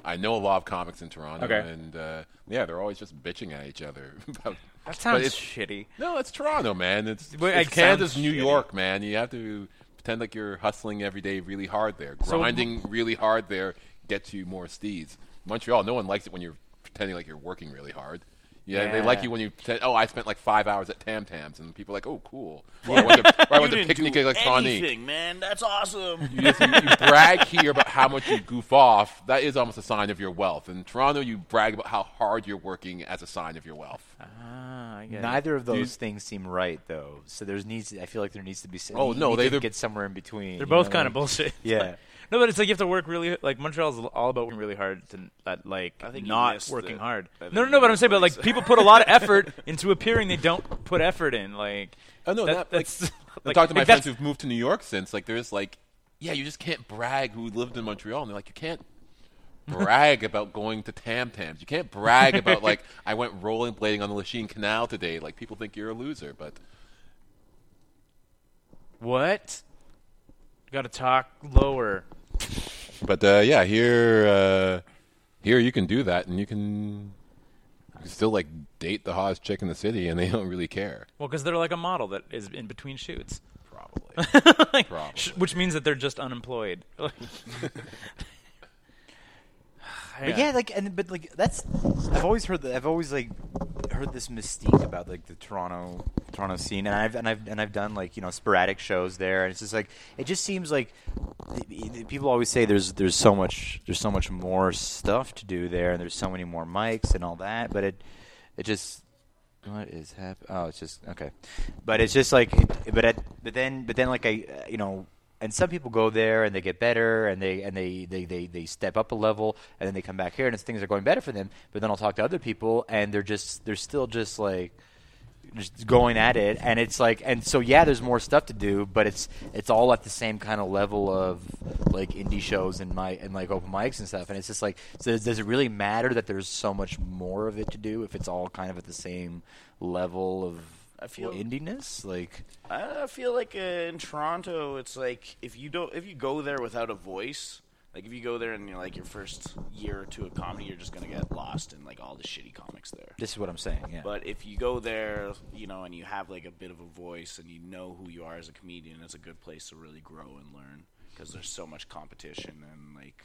I know a lot of comics in Toronto, Okay. and uh, yeah, they're always just bitching at each other. about- That but sounds it's, shitty. No, it's Toronto, man. It's, Wait, it's it Canada's sounds New shitty. York, man. You have to pretend like you're hustling every day really hard there. So- Grinding really hard there gets you more steeds. Montreal, no one likes it when you're pretending like you're working really hard. Yeah, they like you when you pretend, oh, I spent like five hours at Tam Tams, and people are like, oh, cool. Or I went to, or I went to You didn't picnic do electronic. anything, man. That's awesome. You, just, you brag here about how much you goof off. That is almost a sign of your wealth. In Toronto, you brag about how hard you're working as a sign of your wealth. Ah, I get it. Neither of those things seem right, though. So there's needs. I feel like there needs to be. some- Oh, you no, need they- to they're- get somewhere in between. They're you both know, kind like- of bullshit. Yeah. No, but it's like you have to work really like Montreal's all about working really hard to that like I think you not missed working it. hard. I No, think no, you no. But I'm missed saying, but what like he people put a lot of effort into appearing they don't put effort in. Like Oh no, that- that, like, that's I talked to my friends like, that's- who've moved to New York since. Like, there's like yeah, you just can't brag who lived in Montreal. And they're like, you can't brag about going to Tam Tams. You can't brag about, like, I went rolling blading on the Lachine Canal today. Like, people think you're a loser, but What? Got to talk lower. But uh, yeah, here, uh, here you can do that, and you can, you can still like date the hottest chick in the city, and they don't really care. Well, because they're like a model that is in between shoots. Probably. Like, Probably. sh- which means that they're just unemployed. Like- But yeah, like and but like that's I've always heard that I've always like heard this mystique about like the Toronto Toronto scene, and I've and I've and I've done like you know sporadic shows there, and it's just like it just seems like the, the people always say there's there's so much there's so much more stuff to do there, and there's so many more mics and all that, but it it just what is happening? Oh, it's just okay, but it's just like, it, but at, but then, but then, like I, uh, you know, and some people go there and they get better and they and they they they, they step up a level and then they come back here and it's, things are going better for them. But then I'll talk to other people and they're just they're still just like just going at it and it's like and so yeah there's more stuff to do but it's it's all at the same kind of level of like indie shows and my and like open mics and stuff and it's just like so does, does it really matter that there's so much more of it to do if it's all kind of at the same level of I feel- indiness like I feel like uh, in Toronto, it's like if you don't, if you go there without a voice, like if you go there and you're like your first year or two of comedy, you're just gonna get lost in like all the shitty comics there. this is what i'm saying yeah But if you go there, you know, and you have like a bit of a voice and you know who you are as a comedian, it's a good place to really grow and learn because there's so much competition and like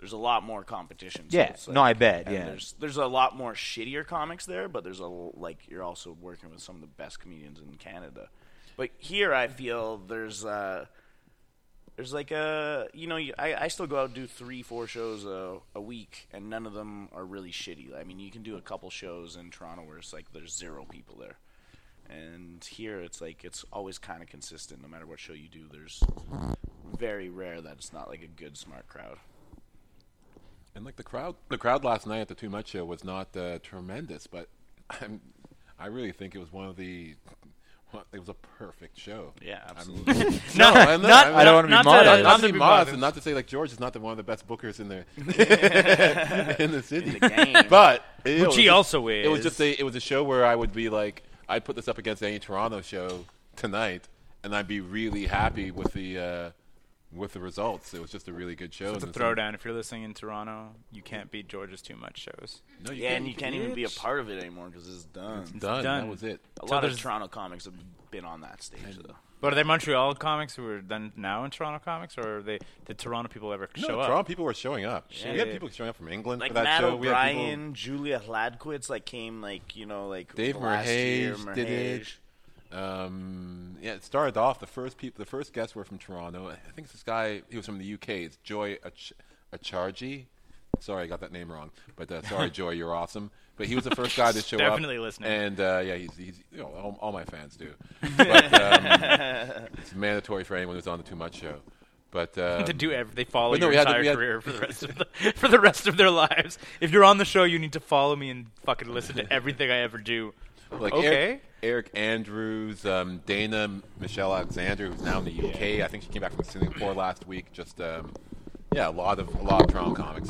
there's a lot more competition. so Yeah. it's, No, like- I bet, and yeah. there's there's a lot more shittier comics there, but there's a l- like you're also working with some of the best comedians in Canada. But here, I feel there's uh there's like a you know you- I, I still go out and do three four shows a, a week and none of them are really shitty i mean you can do a couple shows in toronto where it's like there's zero people there and here it's like it's always kind of consistent no matter what show you do there's very rare that it's not like a good smart crowd And like the crowd, the crowd last night at the Too Much Show was not uh, tremendous, but I'm, I really think it was one of the. one- It was a perfect show. Yeah, I'm- absolutely. no, I'm not, I'm I don't wanna be not- not not, modest. not to to be be modest, modest. and not to say like George is not the one of the best bookers in the in the city, the game. but it was he just- also It was just is. a it was a show where I would be like I'd put this up against any Toronto show tonight, and I'd be really happy with the uh, with the results. It was just a really good show. It's a and it's- throwdown. If you're listening in Toronto, you can't beat George's Too Much shows. No, you yeah can't, and you can't even be a part of it anymore because it's done done. done. That was it. a lot of there's- toronto comics have been on that stage though But are they Montreal comics who are then now in Toronto comics, or are they did Toronto people ever No, show Toronto up? people were showing up. We Shit. had people showing up from England like for that Matt show. We had people- O'Brien, Julia Hladquist, like came like you know like Dave the last year, Merhage did it. Merhage. Um, yeah, it started off the first people, the first guests were from Toronto. I think it's this guy. He was from the UK. It's Joy Ach- Acharji. Sorry, I got that name wrong. But uh, sorry, Joy, you're awesome. But he was the first guy to show up. Definitely listening. And uh, yeah, he's, he's you know all, all my fans do. But, um, it's mandatory for anyone who's on the Too Much Show. But um, to do every, they follow But no, your we had to- entire we had- career for the rest of the, for the rest of their lives. If you're on the show, you need to follow me and fucking listen to everything I ever do. like Okay. Eric, Eric Andrews, um, Dana M- Michelle Alexander, who's now in the UK. I think she came back from Singapore last week. Just um, yeah, a lot of a lot of Toronto comics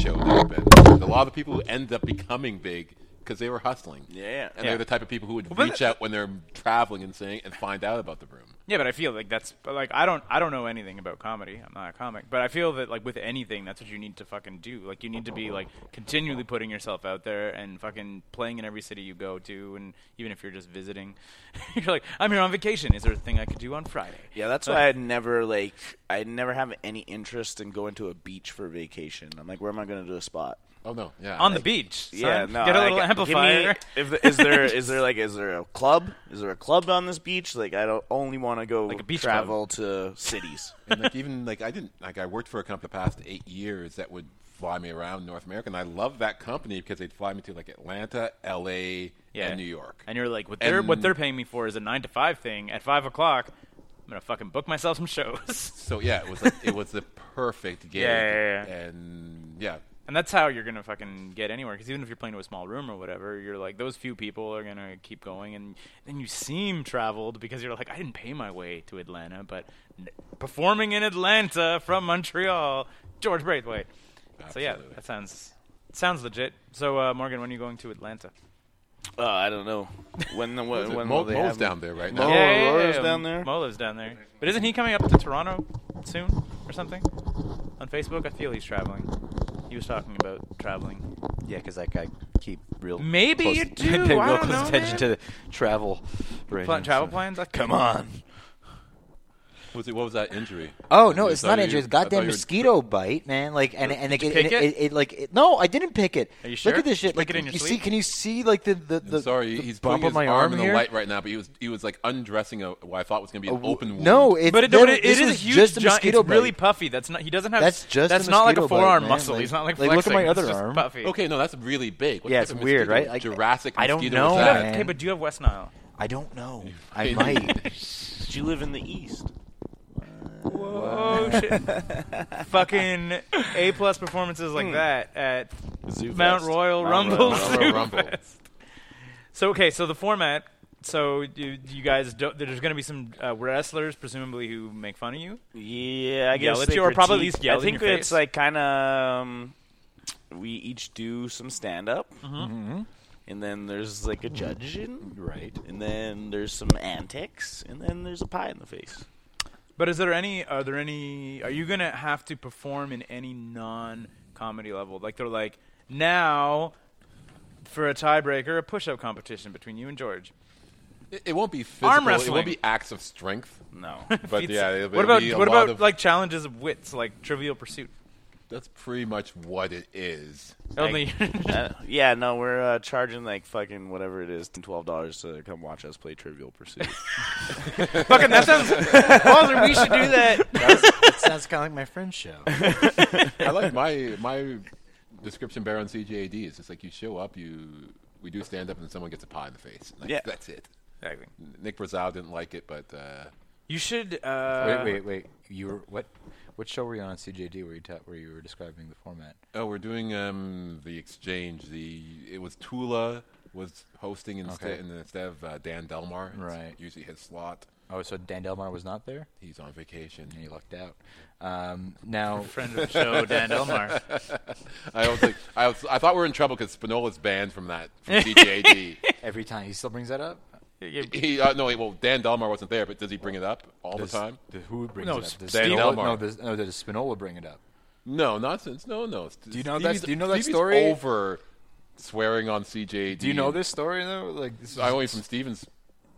showed up, and a lot of people who end up becoming big because they were hustling. Yeah. and Yeah. they're the type of people who would but- reach out when they're traveling and saying and find out about the room. Yeah, but I feel like that's but, like I don't I don't know anything about comedy. I'm not a comic, but I feel that like with anything, that's what you need to fucking do. Like you need to be like continually putting yourself out there and fucking playing in every city you go to, and even if you're just visiting, you're like I'm here on vacation. Is there a thing I could do on Friday? Yeah, that's why I'd never like I never have any interest in going to a beach for vacation. I'm like, where am I going to do a spot? Oh no, yeah, On the beach. son. Yeah, no. Get a like, little give me- amplifier. if the, is there is there like is there a club? Is there a club on this beach? Like I don't only want to go Like a beach travel to cities. and like even like I didn't like I worked for a company the past eight years that would fly me around North America, and I love that company because they'd fly me to like Atlanta, L.A., and New York. And you're like, what they're what And- they're paying me for is a nine to five thing. At five o'clock, I'm gonna fucking book myself some shows. So yeah, it was like, it was the perfect gig. Yeah, yeah, yeah. And yeah, And that's how you're gonna fucking get anywhere. Because even if you're playing to a small room or whatever, you're like those few people are gonna keep going, and then you seem traveled because you're like, I didn't pay my way to Atlanta, but n- performing in Atlanta from Montreal, George Braithwaite. So yeah, Absolutely. that sounds sounds legit. So uh, Morgan, when are you going to Atlanta? Uh, I don't know. When the, when, when Mo- will they Mo's have down there right Mo now. yeah, yeah, Laura's down there. Mo lives down there, but isn't he coming up to Toronto soon or something? On Facebook, I feel he's traveling. He was talking about traveling. Yeah, because like I keep real Maybe close, you do. pay I real don't close know, attention man. to the travel Pla- arrangements. travel plans? I Come on. Was it, what was that injury? Oh no, I it's thought not you- injury. It's I thought you goddamn were- mosquito bite, man. Like and and like, you it, pick it, it? it, like it, no, I didn't pick it. Are you Look sure? at this shit. Pick like it in your you see, sleep? can you see like the the, the Sorry, the he's bump putting on his my arm in here? the light right now, but he was he was like undressing a, what I thought was going to be an open wound. No, it's but it, that- but it, it this is was huge. Just a giant- mosquito it's really bite. puffy. That's not. He doesn't have. That's just That's a not like a mosquito bite, forearm man. muscle. Like- He's not like. like, look at flexing. my It's other just arm. Puffy. Okay, no, that's really big. What Yeah, type it's of weird, mosquito- right? Like, Jurassic. I don't mosquito know, was You have- that? man. okay, but do you have West Nile? I don't know. I might. Did you live in the east? Oh shit! Fucking A plus performances Hmm. like that at Mount Fest. Royal Mount Rumble. Royal Zoo Rumble. Fest. So okay, so the format. So you, you guys, don't, there's going to be some uh, wrestlers presumably who make fun of you. Yeah, I Yell guess at they you or probably at critique- least yell I in think your it's face. like kind of um, we each do some stand up, Mm-hmm. Mm-hmm. and then there's like a judge, in, right? And then there's some antics, and then there's a pie in the face. But is there any? Are there any? Are you gonna have to perform in any non-comedy level? Like they're like now for a tiebreaker, a push-up competition between you and George. It, it won't be physical. It wrestling. won't be acts of strength. No, But It's- yeah, it'll, what it'll about be a what lot about of, like challenges of wits, like Trivial Pursuit? That's pretty much what it is. Only Uh, yeah, no, we're uh, charging like fucking whatever it is, twelve dollars to come watch us play Trivial Pursuit. fucking that sounds. Walter, we should do that. it sounds kind of like my friend's show. I like my my description bear on CJAD. It's just like you show up, you we do stand up, and someone gets a pie in the face. Like, Yeah. that's it. Exactly. Nick Brazow didn't like it, but uh, You should. Uh, Wait, wait, wait. You were what? What show were you on CJD where you ta- where you were describing the format? oh, we're doing um, the exchange. The it was Tula was hosting instead Okay. and instead of uh, Dan Delmar. It's Right. usually his slot. Oh, so Dan Delmar was not there, He's on vacation. and you lucked out. Um, now, Friend of the show, Dan Elmar. I was like, I was, I thought we were in trouble because Spinola's banned from that from CJAD. every time he still brings that up. he uh, no, wait, well, Dan Delmar wasn't there, but does he bring it up all the time? who brings No, it up? Does Dan Spinola- Delmar. No, does, no, does Spinola bring it up? No, nonsense. No, no. Do you know that- do you know that story? Over swearing on CJ. Do you know this story though? Like this is I only from Steven's.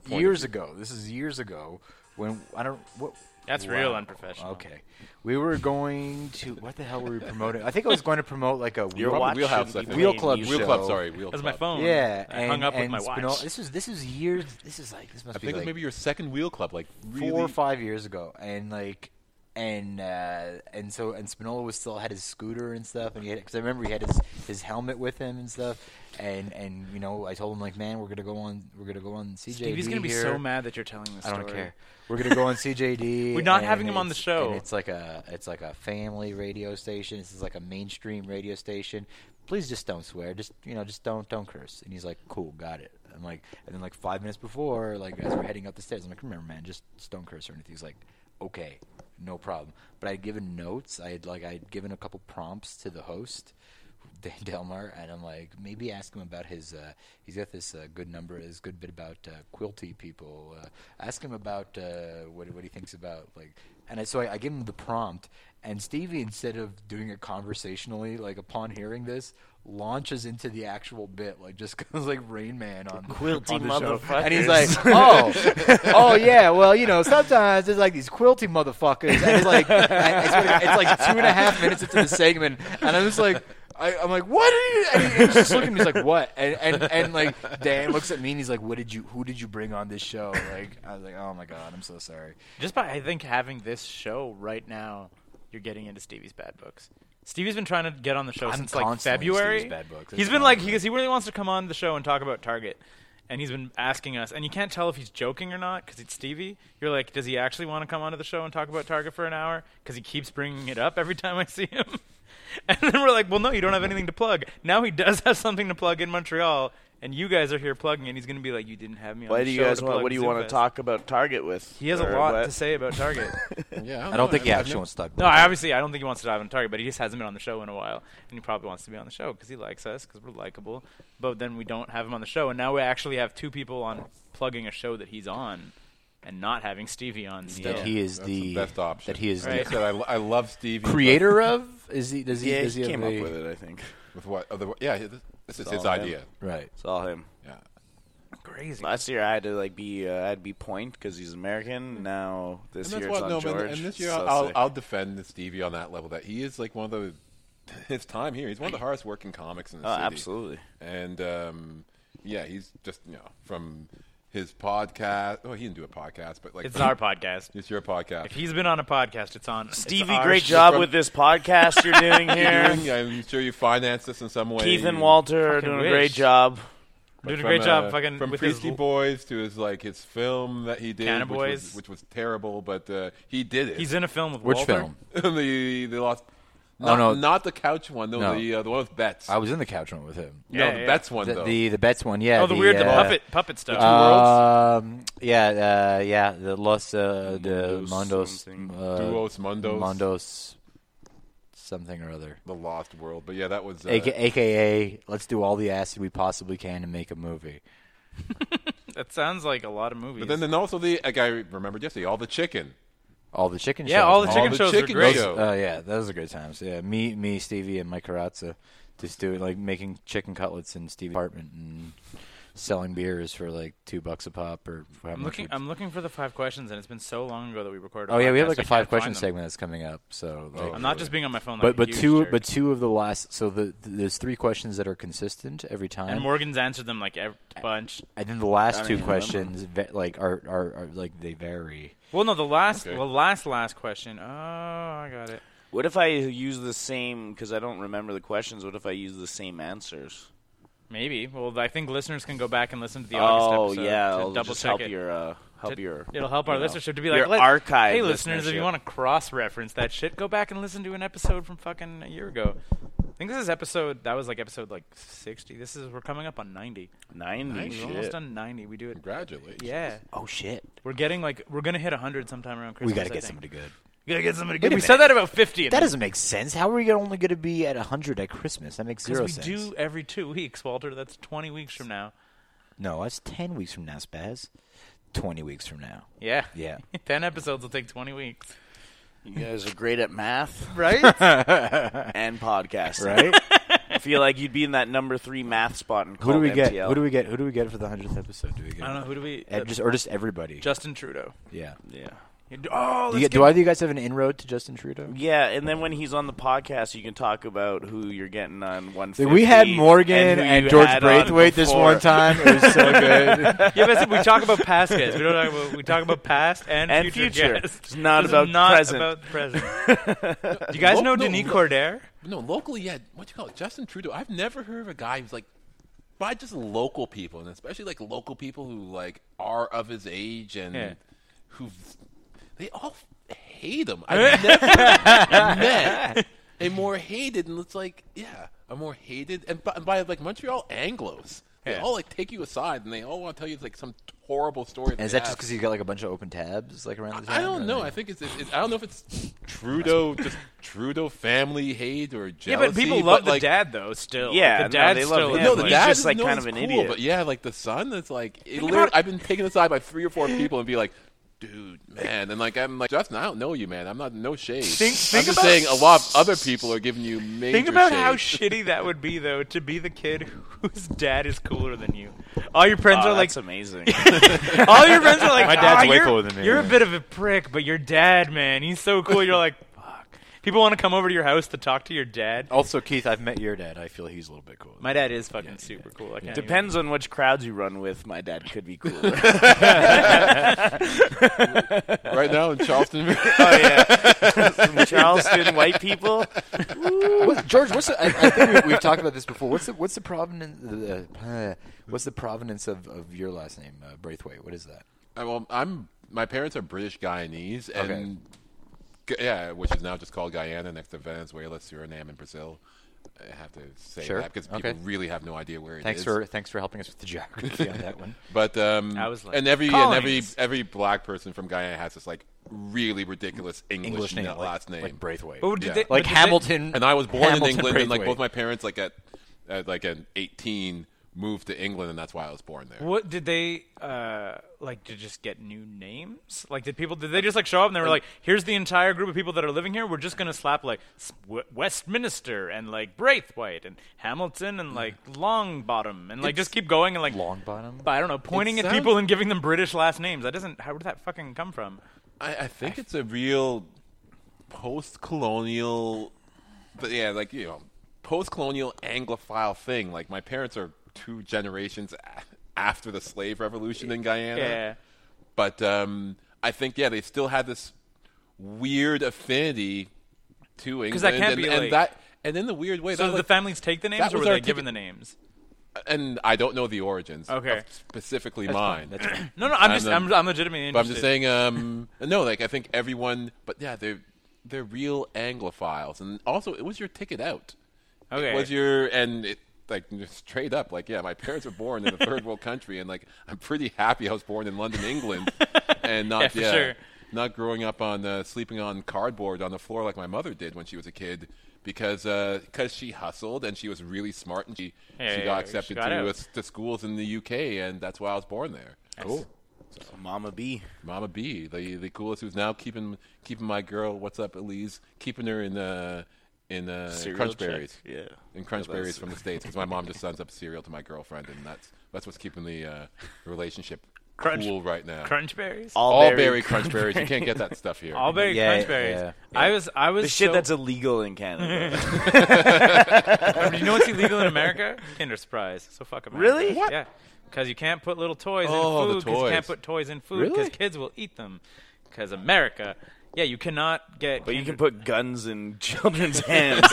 point of years ago. This is years ago when I don't. What, That's real unprofessional. Okay, we were going to what the hell were we promoting? I think I was going to promote like a Your wheel, Robert watch Wheelhouse, shouldn't I think. be playing Wheel Club music. Wheel Club, show. sorry, Wheel That was Club. my phone. Yeah, I and, hung up and with my Spinola- watch. This was this was years. This is like this must I be think it like was maybe your second Wheel Club, like really. four or five years ago, and like. And uh, and so and Spinola was still had his scooter and stuff, and he because I remember he had his, his helmet with him and stuff, and and you know I told him like man we're gonna go on we're gonna go on CJ. Stevie's gonna be so mad that you're telling this I story. don't care. We're gonna go on CJD. We're not and having him on the it's- show. And it's like a it's like a family radio station. This is like a mainstream radio station. Please just don't swear. Just you know, just don't don't curse. And he's like, cool, got it. I'm like, and then like five minutes before, like as we're heading up the stairs, I'm like, remember, man, just, just don't curse or anything. He's like, okay, no problem. But I'd given notes. I had like I'd given a couple prompts to the host. Dan Delmar, and I'm like, maybe ask him about his. Uh, he's got this uh, good number, this good bit about uh, quilty people. Uh, ask him about uh, what what he thinks about like. And I, so I, I give him the prompt, and Stevie, instead of doing it conversationally, like upon hearing this, launches into the actual bit, like just goes like Rain Man on Quilty on the show. motherfuckers. and he's like, oh, oh yeah, well you know sometimes there's like these quilty motherfuckers, and it's like I, I swear to God, it's like two and a half minutes into the segment, and I'm just like. I, I'm like, what? Are you? And he- he's just looking at me. He's like, what? And, and and like Dan looks at me and he's like, what did you? Who did you bring on this show? Like I was like, oh my god, I'm so sorry. Just by I think having this show right now, you're getting into Stevie's bad books. Stevie's been trying to get on the show I'm since like constantly in February. Stevie's bad books. He's It's been like awful. because he really wants to come on the show and talk about Target, and he's been asking us, and you can't tell if he's joking or not because it's Stevie. You're like, does he actually want to come onto the show and talk about Target for an hour? Because he keeps bringing it up every time I see him. And then we're like, well, no, you don't have anything to plug. Now he does have something to plug in Montreal, and you guys are here plugging, and he's going to be like, you didn't have me on Why the do you show guys to want? plug What do you want Zoofest." to talk about Target with? He has a Or lot what? to say about Target. Yeah, I don't think he I've actually never- wants to talk. no, I obviously, I don't think he wants to dive on Target, but he just hasn't been on the show in a while, and he probably wants to be on the show because he likes us, because we're likable. But then we don't have him on the show, and now we actually have two people on plugging a show that he's on, and not having Stevie on. Still. that he is That's the, the best option. That he is Right. He said, I, lo- I love Stevie. the but- creator of. Is he? Does he? Yeah, does he have came up a- with it. I think With what? Other, yeah, this, this is It's his all him. idea. Right. it's all him. Yeah. Crazy. Last year I had to like be uh, I had to be point because he's American. Now this And year that's what, it's on no, George. and, and this year So I'll, I'll, sick. I'll defend Stevie on that level. That he is like one of the his time here. He's one of the hardest working comics in the Oh, city. absolutely. And um, yeah, he's just you know from his podcast. Oh, he didn't do a podcast, but like It's our podcast. It's your podcast. If he's been on a podcast, it's on it's Stevie, our great show. job with this podcast you're doing here. I'm sure you financed this in some way. Keith and You- Walter are Fucking doing wish. a great job. Doing a from, great job, uh, fucking from with his Priesty Boys to his like his film that he did, Canna which was, Boys. which was terrible, but uh, he did it. He's in a film with Which Walter. film? the the lost. Oh, Not, no. not the couch one. No, No. the uh, the one with bets. I was in the couch room with him. no, Yeah, the yeah. bets one The, though. the the bets one. Yeah. Oh, the, weird, the uh, puppet, puppet stuff. Um, yeah, uh, yeah, the Los uh, de Mundos Mondos, something. uh, Duos Mundos. Mondos, something or other. the Lost World. But yeah, that was uh, AKA, AKA, let's do all the acid we possibly can to make a movie. that sounds like a lot of movies. But then, then also the like I remembered yesterday, all the chicken. All the chicken yeah, shows. all the man. chicken the shows chicken are great. Uh, shows. Oh yeah, those are good times. Yeah, me, me, Stevie, and Mike Carazza just doing like making chicken cutlets in Stevie's apartment and selling beers for like two bucks a pop or. for how I'm much looking. we- I'm looking for the five questions, and it's been so long ago that we recorded. oh yeah, we have podcast, like I a can't five find question them. segment that's coming up. So like, I'm not just being on my phone. Like But a but huge two jerk. but two of the last so the, the there's three questions that are consistent every time, and and, Morgan's answered them like a bunch. then the last I two don't even remember. questions ve- like are, are are like they vary. Well, no, the last, Okay. well, last, last question. Oh, I got it. What if I use the same? Because I don't remember the questions. What if I use the same answers? Maybe. Well, I think listeners can go back and listen to the oh August episode yeah, to it'll double just check help it. your uh, help To- your. It'll help our you know, listenership to be like your let- archive. Hey, listeners, if you listenership. want to cross-reference that shit, go back and listen to an episode from fucking a year ago. I think this is episode that was like episode like sixty. This is we're coming up on ninety. ninety, We're shit. almost done ninety. We do it. Congratulations. Yeah, Oh shit, we're getting like we're gonna hit hundred sometime around we Christmas. gotta I get think. somebody good. We gotta get somebody Wait good. We a minute. said that about fifty. That doesn't make sense. How are we only going to be at hundred at Christmas? That makes because zero we sense. do every two weeks, Walter. That's twenty weeks from now. No, that's ten weeks from now, Spaz. Twenty weeks from now. Yeah. Yeah. Ten episodes will take twenty weeks. You guys are great at math Right? and podcasting. Right? I feel like you'd be in that number three math spot and Who call do we MTL. get? Who do we get? Who do we get for the hundredth episode? Do we get? I don't know who do we. Ed- uh, just er- or just everybody. Justin Trudeau. yeah. Yeah. Oh, Do, you, do either of you guys have an inroad to Justin Trudeau? Yeah, and then when he's on the podcast, you can talk about who you're getting on one. Like, we had Morgan and, and, who you George had on Braithwaite this before. one time. It was so good. Yeah, but we talk about past guests. We don't talk about we talk about past and, And future, future. guests. It's not This is about not present. about present. Do you guys Lo- know no, Denis lo- Cordair? No, locally, yeah. What you call it? Justin Trudeau. I've never heard of a guy who's like, by just local people, and especially like local people who like are of his age and Yeah. who they all hate him. I've never met a more hated, and it's like, yeah, a more hated, and by, and by like Montreal Anglo's. They Yeah. all like take you aside, and they all want to tell you like some horrible story. And is they that just have. because he's got like a bunch of open tabs like around the I don't know. I think it's, it's. I don't know if it's Trudeau, just Trudeau family hate or Yeah, jealousy. but people love the like, dad though. Still, Yeah, no, the dad they love still. No, him. Yeah, the but- dad He's just, like, no, kind it's of an cool, idiot. But yeah, like the son, it's like it about literally, it. I've been taken aside by three or four people and be like, dude, man, and like I'm like Justin, I don't know you, man. I'm not no shade. Think- I'm think just about- saying a lot of other people are giving you major. Think about shade. how shitty that would be though to be the kid whose dad is cooler than you. All your friends Oh, are like, that's amazing. all your friends are like, Ah, My dad's "Ah, way you're- cooler than me." You're a bit of a prick, but your dad, man, he's so cool. You're like, fuck. People want to come over to your house to talk to your dad. Also, Keith, I've met your dad. I feel he's a little bit cool. My dad is fucking super cool. I can't even- Depends on which crowds you run with. My dad could be cool. right now in Charleston. Oh yeah, Some Charleston white people. What- George, what's the, I, I think we, we've talked about this before. What's the what's the provenance? Uh, uh, what's the provenance of, of your last name, uh, Braithwaite? What is that? I- well, I'm my parents are British Guyanese, and G- yeah, which is now just called Guyana, next to Venezuela, Suriname, and Brazil. I have to say Sure. that because Okay. people really have no idea where it is. Thanks for thanks for helping us with the geography on that one. But um, I was like, and every colonies. and every every black person from Guyana has this like really ridiculous English, English name, na- like, last name, like Braithwaite, But Oh, did Yeah. they- Like but like did they- Hamilton. and I was born Hamilton in England, and like both Braithwaite. my parents, like at, at like at 18, moved to England, and that's why I was born there. What did they uh, like to just get new names? Like, did people did they just like show up and they were like, "Here's the entire group of people that are living here. We're just gonna slap like S- W- Westminster and like Braithwaite and Hamilton and like Longbottom and like just keep going and like Longbottom? But I don't know, pointing at sounds- people and giving them British last names. That doesn't. How did that fucking come from? I, I think it's a real post-colonial, but yeah, like you know, post-colonial Anglophile thing. Like my parents are two generations a- after the slave revolution in Guyana. Yeah. But um, I think yeah, they still had this weird affinity to England, that can't and, be, and like- that, and in the weird way So that did the like, families take the names, that or were was they our ticket- given the names? and I don't know the origins. Okay. of specifically mine. No, no, I'm I'm just, the- I'm, I'm legitimately But I'm interested. just saying, um, no, like I think everyone, but yeah, they're they're real Anglophiles, and also it was your ticket out. Okay. It was your and it like just straight up, like yeah, my parents were born in a third world country, and like I'm pretty happy I was born in London, England, and not Yeah, for sure. not growing up on uh, sleeping on cardboard on the floor like my mother did when she was a kid. Because uh 'cause she hustled and she was really smart and she, Yeah, she yeah, got yeah, accepted she got to, out. us- to schools in the UK and that's why I was born there. Cool. Mama B. Mama B, the the coolest, who's now keeping keeping my girl. What's up, Elise? Keeping her in uh in uh Cereal crunch berries. check, yeah. in crunch Yeah, berries that's- from the states because my mom just sends up cereal to my girlfriend, and that's that's what's keeping the uh, relationship Crunch- cool right now. crunch berries. All berry, crunch berries. You can't get that stuff here. All berry Yeah, crunch yeah, berries. yeah. I was, I was The shit so- that's illegal in Canada. Do you know what's illegal in America? Kinder Surprise. So fuck America. Really? What? Yeah. Because you can't put little toys Oh, in the food. 'cause you can't toys. put toys in food because Really? kids will eat them. Because America. Yeah, you cannot get. but you Kinder- can put guns in children's hands.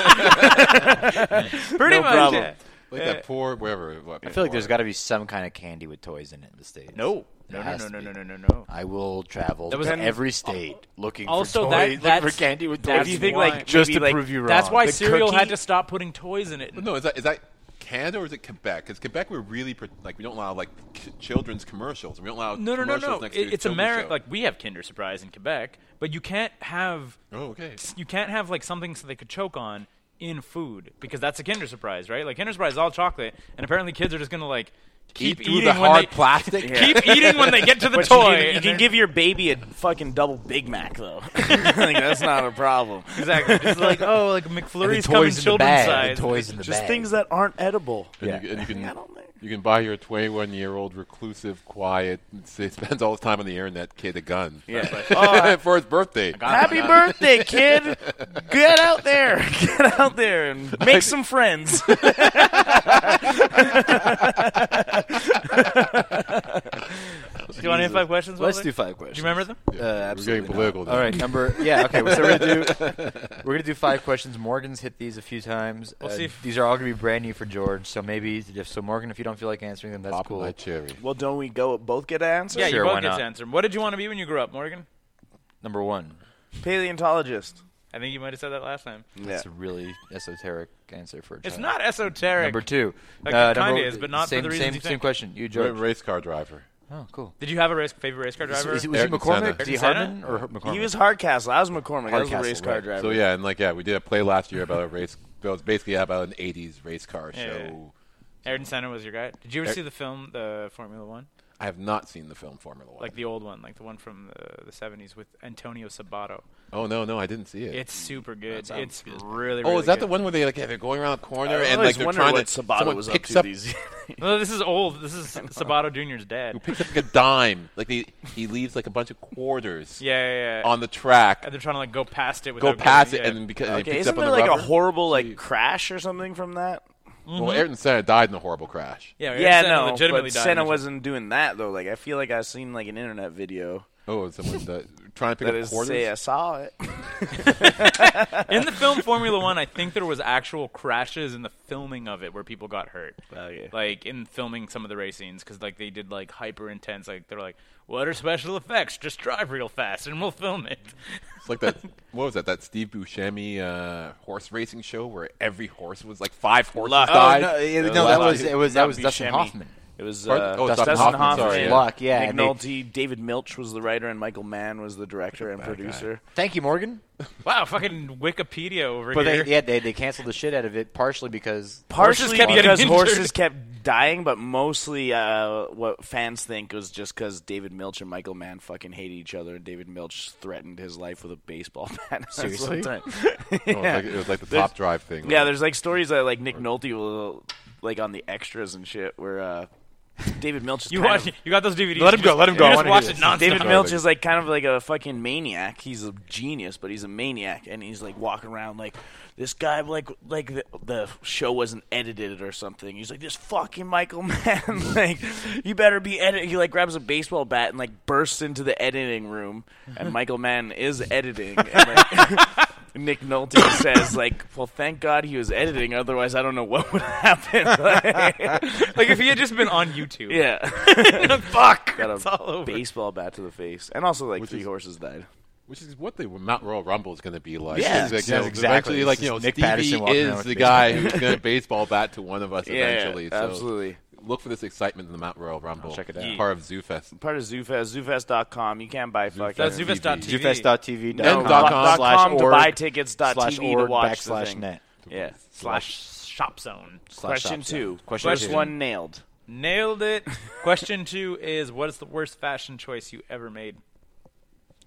pretty no much. problem. yeah. like that poor wherever. What, I feel like there's got to be some kind of candy with toys in it in the states. No. There No, no, has no, to no, be. no, no, no, no. I will travel That was to an- every state looking also for that- toys, looking that's- for candy with toys. that's If you think, why- like, just maybe, to like, prove you wrong. That's why The cereal had cookie- to stop putting toys in it. No, is that is that Canada or is it Quebec? Because Quebec, we're really pro- like we don't allow like k- children's commercials. We don't allow No, no, no, commercials no. Next It- to it's children's America. show. Like we have Kinder Surprise in Quebec, but you can't have oh okay. you can't have like something so they could choke on in food because that's a Kinder Surprise, right? Like Kinder Surprise is all chocolate, and apparently kids are just gonna like keep, Eat through eating the when hard they plastic. keep eating when they get to the But toy. you can, you and can they're- give your baby a fucking double Big Mac though. like, that's not a problem. exactly. It's like oh, like And the McFlurry's coming toys in the children's bag. size. and The toys in the Just bag. things that aren't edible. And, Yeah. you, and you I can don't think- you can buy your 21 year old reclusive, quiet, say, spends all his time on the internet kid a gun. Yeah. "Oh, for his birthday. Happy birthday, kid! Get out there, get out there, and make some friends. Do you want to hit five questions? Let's Walter? do five Do questions. you remember them? Uh, absolutely getting political not. now. All right, number yeah. Okay, so we're gonna do we're gonna do five questions. Morgan's hit these a few times. We'll Uh, see if- these are all gonna be brand new for George. So maybe if so, Morgan, if you don't feel like answering them, that's Pop cool. my cherry. well, don't we go both get an answer? Yeah, Sure, you why both get not? to answer 'em. What did you want to be when you grew up, Morgan? Number one. Paleontologist. I think you might have said that last time. That's a really esoteric answer for a It's child. not esoteric. Number two. uh, Like, it number- kinda is, but not for same, the reasons same, you same think. question. You, Ra- George. Race car driver. Oh, cool. Did you have a race, favorite race car driver? Is, is, was he Eric and McCormick? Senna. Is he Eric and Harmon or McCormick? He was Hardcastle. I was McCormick. I was a Hardcastle, race car right. driver. So yeah, and like yeah, we did a play last year about a race. It was basically about an 80s race car Yeah, yeah, show. Ayrton Senna was your guy. Did you ever Er- see the film, the Formula One, I have not seen the film Formula One. like the old one, like the one from the, the '70s with Antonio Sabato? oh no, no, I didn't see it. It's super good. sounds It's good. really. oh, really is that the good. one where they like yeah, they're going around the corner I and always like they're wonder trying what to Sabato someone was up picks to up these. No, this is old. This is Sabato Jr.'s dad. who picks up like a dime. Like he he leaves like a bunch of quarters Yeah, yeah, yeah. on the track. and they're trying to like go past it. go without past it, going, yeah. and because he okay, picks up isn't on there the like rubber. a horrible like crash or something from that? Well, mm-hmm. Ayrton Senna died in a horrible crash. yeah, Ayrton Yeah, Senna no, legitimately but died in Senna this- wasn't doing that though. Like I feel like I've seen like an internet video Oh, and someone died- trying to pick that up is quarters. say I saw it. Oh, in the film Formula One. I think there was actual crashes in the filming of it where people got hurt. Oh, yeah. Like in filming some of the race scenes because like they did like hyper intense. Like they're like, what are special effects? Just drive real fast and we'll film it. It's like that. What was that? That Steve Buscemi uh, horse racing show where every horse was like five horses Luck. Oh, died. no, it- Uh, no, that Luck. was it was that Not was Dustin Buscemi. Hoffman. It was Pardon? uh, Oh, Dustin, Dustin Hoffman. Hoffman, sorry, yeah. Luck, yeah, Nick and they- Nolte, David Milch was the writer, and Michael Mann was the director and producer. Thank you, Morgan. Wow, fucking Wikipedia over But here. they, yeah, they they canceled the shit out of it partially because Horses Partially kept getting because injured. horses kept dying, but mostly uh, what fans think was just because David Milch and Michael Mann fucking hated each other, and David Milch threatened his life with a baseball bat. Seriously? Oh, it, was like, it was like the top drive thing. Yeah, there's like stories that like Nick Nolte will like on the extras and shit where uh, David Milch. Is you kind watch, of- you got those DVDs. Let him you go, just- let him you go, I Just wanna watch hear it this. nonstop. David Milch is like kind of like a fucking maniac. He's a genius, but he's a maniac, and he's like walking around like this guy. Like like the, the show wasn't edited or something. He's like this fucking Michael Mann. like you better be edited. He like grabs a baseball bat and like bursts into the editing room, and Michael Mann is editing. And, like, Nick Nolte says, like, well, thank God he was editing, otherwise I don't know what would happen. Like- like if he had just been on YouTube. yeah. Fuck. Got a It's all over. baseball bat to the face. And also, like, Which three is- horses died. Which is what the Mount Royal Rumble is going to be like. Yeah, It's like, that's you know, Eventually, exactly- it's like you just know, Nick Stevie Patterson walking around is with the a guy who's going to baseball bat to one of us eventually. So absolutely. Look for this excitement in the Mount Royal Rumble. check it out. Part of Zoo Fest. Part of ZooFest, ZooFest.com. You can buy fucking. That's Zoofest Zoofest.tv. Zoofest.tv No, dot dot com com slash to org buy tickets. Dot slash TV to org watch the backslash thing. net. Yeah. slash shop zone. Slash Question shop, yeah. two. Question First two. one nailed. Nailed it. Question two is what is the worst fashion choice you ever made?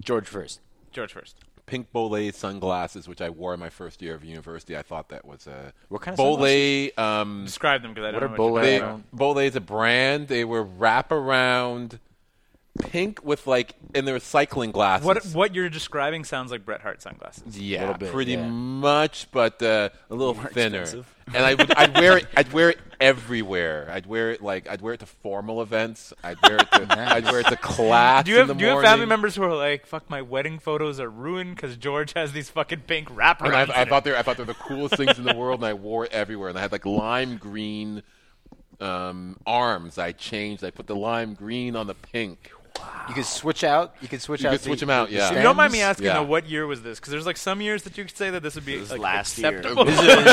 George first. George first. Pink Bolay sunglasses, which I wore in my first year of university. I thought that was a What kind of Bolay? Um, Describe them because I don't What know. are what Bolay? you're they, talking about. Bolay is a brand. They were wrap around pink with like, and they were cycling glasses. What what you're describing sounds like Bret Hart sunglasses. Yeah, Little bit, pretty yeah. much, but uh, a little thinner. expensive. And I would, I'd wear it. I'd wear it everywhere. I'd wear it like I'd wear it to formal events. I'd wear it to I'd wear it to class. Do you have in the do you have family morning. members who are like, "Fuck, my wedding photos are ruined because George has these fucking pink wrappers"? And I, I thought they were, I thought they were the coolest things in the world, and I wore it everywhere. And I had like lime green um, arms. I changed. I put the lime green on the pink. You could switch out. You could switch You out. could the- switch 'em out, the yeah. If you don't mind me stems. asking, Yeah. though, what year was this? Because there's like some years that you could say that this would be was like, last year. acceptable. I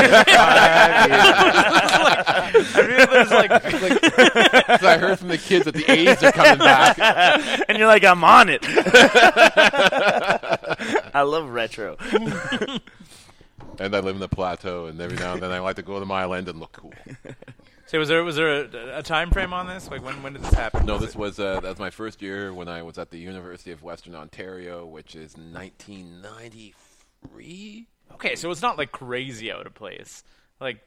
mean, there's like So I heard from the kids that the A's are coming back. and you're like, I'm on it. I love retro. And I live in the plateau, and every now and then I like to go to my island and look cool. So was there was there a, a time frame on this? Like when when did this happen? No, Was this was uh, that was my first year when I was at the University of Western Ontario, which is 1993. it- okay. So it's not like crazy out of place. Like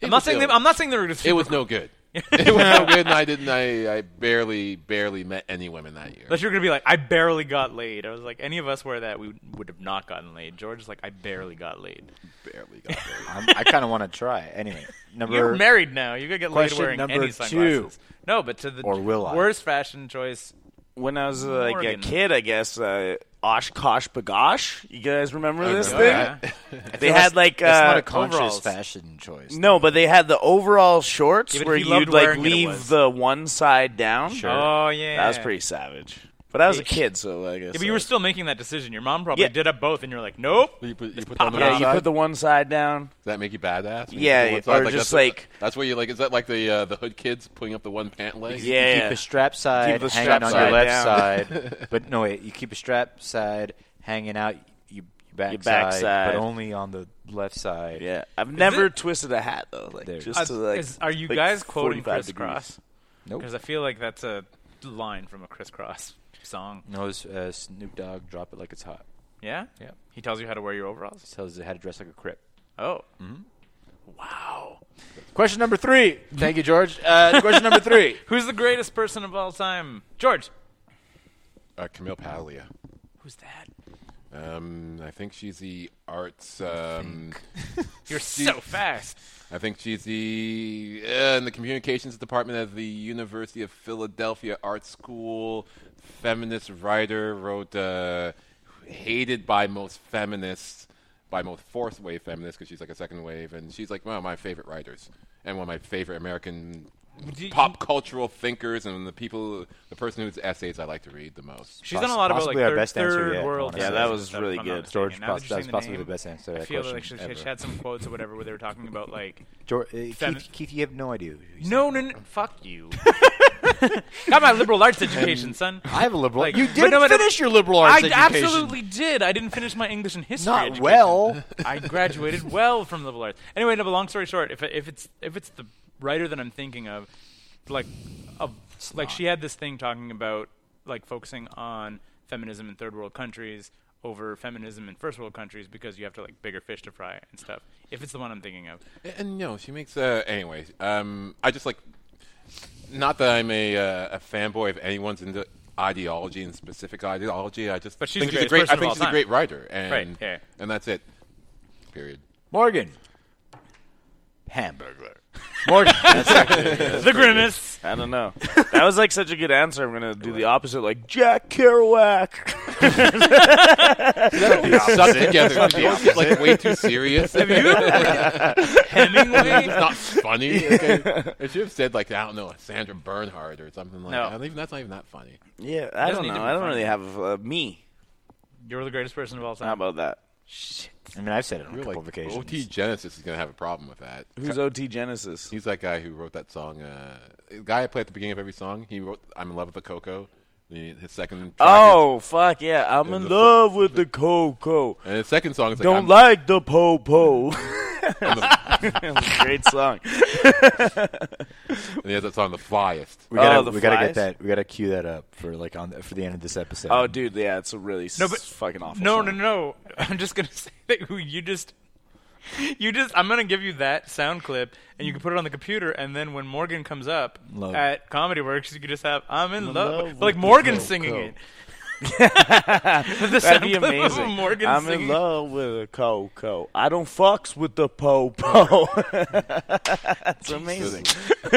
It I'm not was saying no- they, I'm not saying they were. Super It was no good. it was no good, and I didn't. I, I barely, barely met any women that year. Unless you're gonna be like, I barely got laid. I was like, any of us were that, we would have not gotten laid. George is like, I barely got laid. barely got there. I'm, I kind of want to try. Anyway, number You're married now. You're gonna get laid Question wearing number any two. sunglasses. No, but to the Or will I? worst fashion choice. When I was uh, like a Morgan. kid, I guess, uh, Oshkosh Bagosh. You guys remember this remember thing? that. They had like uh, That's not a conscious overalls. fashion choice. No, but they had the overall shorts Yeah, but where if you loved you'd like wearing it, it leave was. the one side down. Oh yeah, That was pretty savage. But I was a kid, so I guess. Yeah, but you were uh, still making that decision. Your mom probably Yeah. did up both, and you're like, nope. You put, you put them on the Yeah, outside? you put the one side down. Does that make you badass? When you Yeah, put the one or side, just that's like- that's what you like. Is that like the uh, the hood kids putting up the one pant leg? Yeah. You keep the strap side the hanging strap on side your left down. side, but no, wait, you keep a strap side hanging out you, your back backside. but only on the left side. Yeah, I've never it- twisted a hat though. Like There. just to Uh, like. is- are you like guys quoting 45 Chris degrees. Cross? Nope. Because I feel like that's a line from a Chris Cross song. No, it's, uh, Snoop Dogg, drop it like it's hot. Yeah. Yep. He tells you how to wear your overalls. Tells you how to dress like a crip. Oh. mm-hmm. Question number three. Thank you, George. Uh, question number three. Who's the greatest person of all time? George. Uh, Camille Paglia. Who's that? Um, I think she's the arts. Um, You're so fast. I think she's the uh, in the communications department at the University of Philadelphia Art School. Feminist writer wrote uh, hated by most feminists, by most fourth wave feminists because she's like a second wave, and she's like one of my favorite writers and one of my favorite American do you- pop cultural thinkers and the people, the person whose essays I like to read the most. She's done a lot about like Possibly our third, best answer third yet, world. honestly. Yeah, that stuff, was if I'm really not good. mistaken. George Now that you're Post- that was saying possibly name, the best answer to I that feel question like she, she ever. had some quotes or whatever where they were talking about like George, uh, Femi- Keith, Keith, you have no idea. who he's no, no, no fuck you. Got my liberal arts education, son. I have a liberal. Like- you but didn't no, but- finish your liberal arts I education. absolutely did. I didn't finish my English and history. Not education. well. I graduated well from liberal arts. Anyway, no, but long story short, if if it's if it's the writer that I'm thinking of, like, of, like she had this thing talking about like focusing on feminism in third world countries over feminism in first world countries because you have to like bigger fish to fry and stuff. If it's the one I'm thinking of, And no, she makes. Uh, anyways, um, I just like. Not that I'm a, uh, a fanboy of anyone's into ideology and specific ideology. I just But she's think the she's a greatest great. I person of think all she's a time. great writer, and Right, yeah. and that's it. Period. Morgan. Hamburger. the grimace. I don't know. That was like such a good answer. I'm gonna do the opposite, like Jack Kerouac. Stuck together. It's like way too serious. Hemingway. it's not funny. Okay. I should have said like I don't know, Sandra Bernhard or something like No. that. Even that's not even that funny. Yeah, I don't doesn't need know. to be I don't funny. really have uh, me. You're the greatest person of all How time. about that? I mean, I've said it on a You're couple like of occasions. OT Genesis is gonna have a problem with that. Who's OT Genesis? He's that guy who wrote that song. Uh, the guy I play at the beginning of every song. He wrote "I'm in Love with the Coco." The- His second. Track Oh fuck yeah! I'm the in fu- love with the cocoa. is, and his second song is like, Don't I'm, like the po po. Great song. and he has that song "The Flyest." We gotta, Oh, the we gotta flies? get um, that. We gotta cue that up for like on the, for the end of this episode. Oh dude, yeah, it's a really s- No, but- fucking awful. No, song. no, no. I'm just gonna say that who- you just, you just. I'm gonna give you that sound clip, and you can put it on the computer, and then when Morgan comes up Love. at Comedy Works, you can just have "I'm in love,", love but like with Morgan Coco. singing it. the That'd sound be clip of amazing. Morgan I'm in singing. love with a cocoa. I don't fucks with the po po. That's amazing.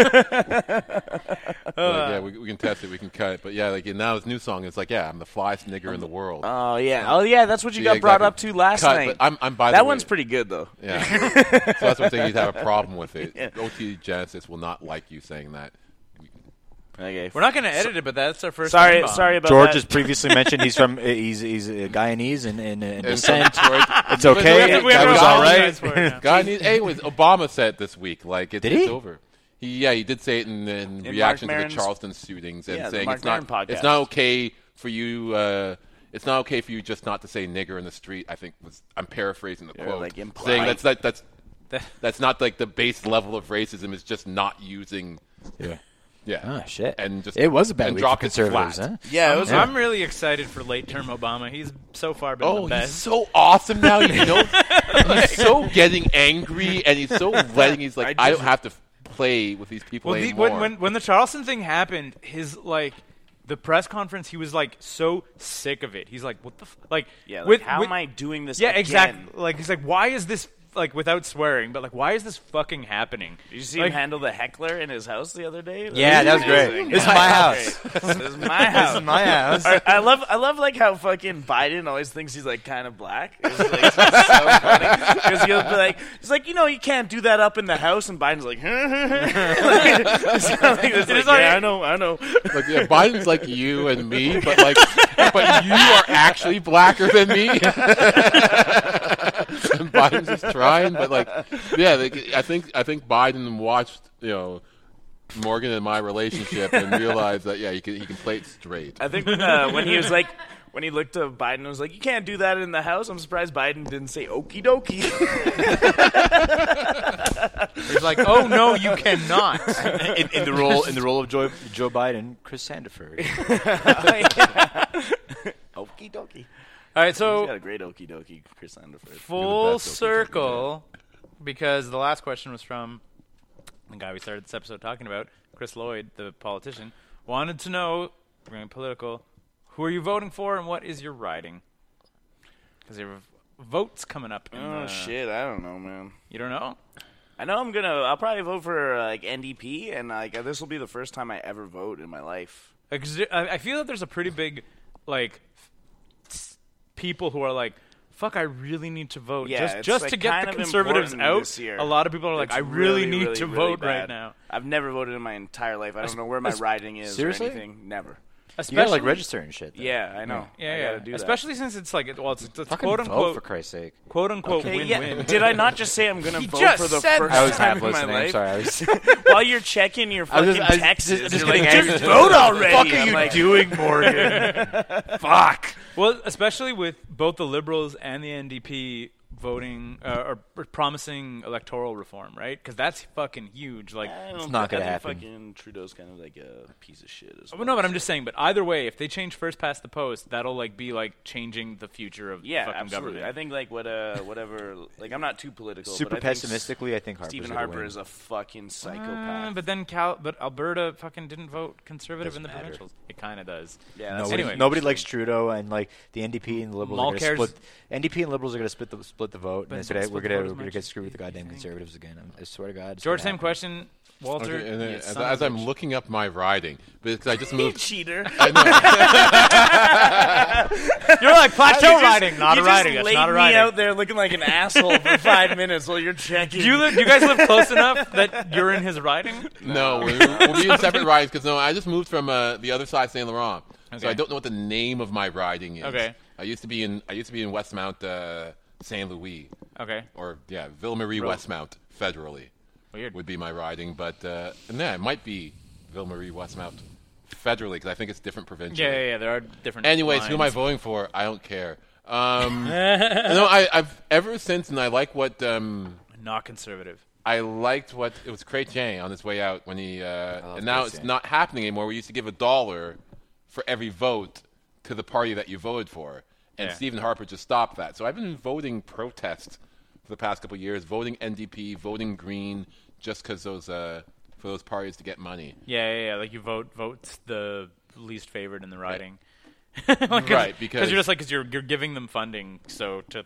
Like, yeah, we, we can test it. We can cut it. But yeah, like and now his new song is like, yeah, I'm the flyest nigger in the world. Oh yeah. Oh yeah. That's what you Yeah, got brought up exactly. to last Cut, night. but I'm- I'm by the that way- one's pretty good though. Yeah. so that's what I'm saying. You'd have a problem with it. OT Genesis will not like you saying that. Okay. We're not gonna edit it, but that's our first. sorry. N-bomb. Sorry about George that. has previously mentioned he's from he's he's uh, Guyanese and and, and descent. It's We okay. have to- We have that to was all right. apologize for it now. Guy needs. Anyways, Obama said it this week, like it, Did it's he? over. He, yeah, he did say it in, in, Mark reaction to the Maron's- Charleston shootings and Yeah, the saying Mark it's not Maron podcast. it's not okay for you. Uh, it's not okay for you just not to say nigger in the street. I think was I'm paraphrasing the Yeah, quote, like impolite. saying that's that, that's that's not like the base level of racism is just not using. Yeah. Yeah. Oh shit! And just it was a bad and week for dropped it conservatives, flat. huh? yeah. It was. I'm really excited for late term Obama. He's so far been Oh, the he's best. so awesome now. You know, he's so getting angry, and he's so letting. He's like, I, I don't have to f- play with these people Well, the, anymore. when, when when the Charleston thing happened, his like the press conference, he was like so sick of it. He's like, "What the f-? like? Yeah. Like, with- how with- am I doing this? Yeah, again? exactly. Like he's like, why is this like without swearing? But like, why is this fucking happening? Did you see Like- him handle the heckler in his house the other day? Yeah, that was amazing. great. This is my house. This is my house. My house. I I love, I love like how fucking Biden always thinks he's like kind of black. It's like, it's so funny because he'll be like, he's like, you know, you can't do that up in the house, and Biden's like, It's like, it's like, yeah, I know, I know. like, yeah, Biden's like you and me, but like, but you are actually blacker than me. and Biden's just trying, but like, yeah, like, I think I think Biden watched you know Morgan and my relationship and realized that yeah, he can he can play it straight. I think uh, when he was like, when he looked at Biden, and was like, you can't do that in the house. I'm surprised Biden didn't say okie dokie. He's like, oh no, you cannot. in, in the role in the role of Joe Joe Biden, Chris Sandiford. okie dokie. All right, He's got so a great okie dokie, Chris Anderford. full best, Oakley, circle, because the last question was from the guy we started this episode talking about, Chris Lloyd, the politician, wanted to know, we're going political, who are you voting for and what is your riding? Because your votes coming up. In Oh the- shit, I don't know, man. You don't know? I know I'm gonna. I'll probably vote for uh, like NDP, and like uh, this will be the first time I ever vote in my life. Like, 'cause there- I I feel that there's a pretty big, like, s- people who are like, fuck, I really need to vote. Yeah, just it's, just like, to get kind the of conservatives important out. this year. A lot of people are like, It's I really, need really, to really vote right bad. now. I've never voted in my entire life. I don't know where my riding is seriously? or anything. Never. You gotta Especially like register and shit. though. Yeah, I know. Yeah, I yeah. gotta do that. Especially since it's like, it- well, it's, it's Fucking quote vote for unquote, Christ's sake. quote unquote, Okay, win yeah. win. Did I not just say I'm gonna He vote just for the said first that. I was time half in my listening. I'm life? sorry. I was While you're checking your I fucking was just- I was texts, just- just you're getting like, angry. just vote already. Fuck are I'm you like, doing, Morgan? Fuck. Well, especially with both the Liberals and the NDP voting uh, or pr- promising electoral reform, right? Because that's fucking huge. Like, I don't well, think- not gonna I think happen. Fucking Trudeau's kind of like a piece of shit. As Oh, no, but I'm just saying. But either way, if they change first past the post, that'll like be like changing the future of yeah, the fucking absolutely. I government. think like what uh whatever. Like I'm not too political. Super but I think pessimistically, I think Harper's Stephen gonna Harper win. is a fucking Uh, psychopath. but then Cal, but Alberta fucking didn't vote conservative in the Doesn't matter. provincials. It kind of does. yeah, that's Nobody, Anyway. nobody likes Trudeau, and like the NDP and the liberals Mall are cares- going to split. NDP and liberals are going to split the split the vote, But and it's don't gonna, split we're the going vote to as we're going to much get as screwed with you the goddamn think. conservatives again. I'm, I swear to God. it's George, gonna same question. Walter, Okay, and then you as, son as of a I'm looking up my riding, because I just moved. cheater. I know. bitch. you're like plateau You just- riding, not you a riding. Just That's laid not a me riding. out there looking like an asshole for five minutes while you're checking. Do you live? Do you guys live close enough that you're in his riding? no, we'll, we'll be in separate ridings because no, I just moved from uh, the other side, of Saint Laurent, Okay. so I don't know what the name of my riding is. Okay. I used to be in I used to be in Westmount, uh, Saint Louis, Okay, or yeah, Ville Marie Westmount, federally weird. would be my riding, but uh, and yeah, it might be Ville Marie Westmount, federally because I think it's different provincially. Yeah, yeah, yeah. There are different. Anyways, who am I lines. voting for? I don't care. Um, no, I, I've ever since, and I like what um, Not conservative. I liked what it was. Craig on his way out when he, uh, and now Craig it's Jane. not happening anymore. We used to give a dollar for every vote to the party that you voted for, and Yeah. Stephen Harper just stopped that. So I've been voting protest for the past couple of years, voting NDP, voting Green, just because those uh, for those parties to get money. Yeah, yeah, yeah. Like you vote votes the least favored in the riding. Right, because because- you're just like because you're you're giving them funding so to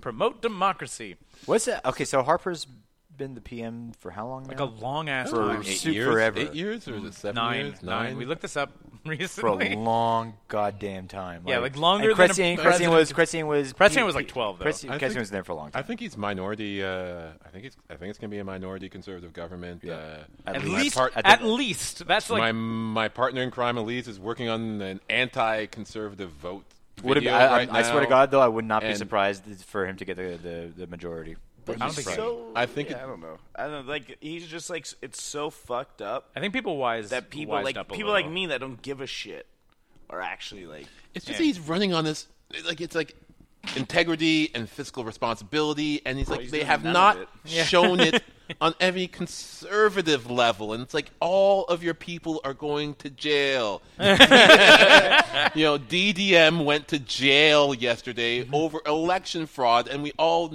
promote democracy. happen. What's that? Okay, so Harper's been the PM for how long Like a now? long ass For time. eight Eight Super years, ever. eight years, or is it seven Nine, years? nine. We looked this up for a recently. long goddamn time. Yeah, like longer and than a Kretzian, Kretzian president. was Kretzian was Kretzian was like 12, though. Kretzian, I Kretzian think- was there for a long time. I think he's minority. Uh, I think it's. I think it's gonna be a minority conservative government. Uh, at my least, part- at least that's like my my partner in crime, Elise, is working on an anti-conservative vote. Would have, video I, I- right I swear to now. God, though, I would not be and- surprised for him to get the, the, the majority. I don't think so. I think Yeah, it- I don't know. I don't like. He's just like s- it's so fucked up I think people wise that people wised like up a people like little. me that don't give a shit are actually like. It's just that he's running on this. Like it's like integrity and fiscal responsibility, and he's like he's they doing have none not of it. shown it on every conservative level, and it's like all of your people are going to jail. you know, DDM went to jail yesterday over election fraud, and we all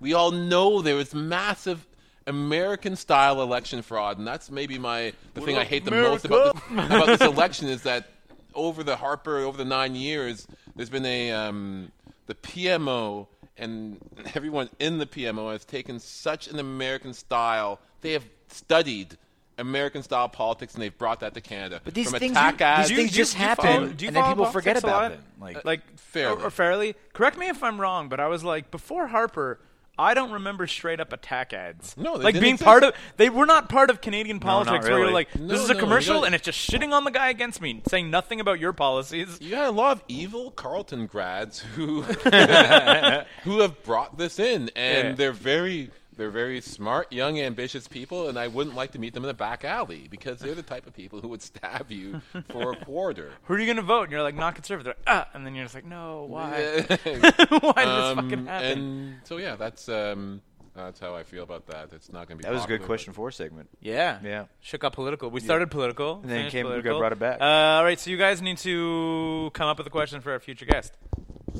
we all know there was massive American style election fraud, and that's maybe my the thing I hate the most about this, about this election is that over the Harper over the nine years, there's been a um, the PMO and everyone in the PMO has taken such an American style. They have studied. American style politics, and they've brought that to Canada. But these From things, attack ads, these things do you just happen, follow- do you and then follow people forget politics a about lot? them. Like, Uh, like Fairly. or, or fairly. Correct me if I'm wrong, but I was like before Harper. I don't remember straight up attack ads. No, they like didn't being exist. part of they were not part of Canadian politics. Where you're really. like, this No, is no, a you commercial gotta- and it's just shitting on the guy against me, saying nothing about your policies. you had a lot of evil Carleton grads who who have brought this in, and Yeah. they're very they're very smart, young, ambitious people, and I wouldn't like to meet them in a back alley because they're the type of people who would stab you for a quarter. Who are you going to vote? And you're like, not conservative. They're like, ah, and then you're just like, no, why? Yeah. why did Um, this fucking happen? and so yeah, that's um, that's how I feel about that. It's not going to be. that was a good popular, question for a segment. Yeah. Yeah. Shook up political. We started political. then finished came- we got political. brought it back. Uh, all right. So you guys need to come up with a question for our future guest.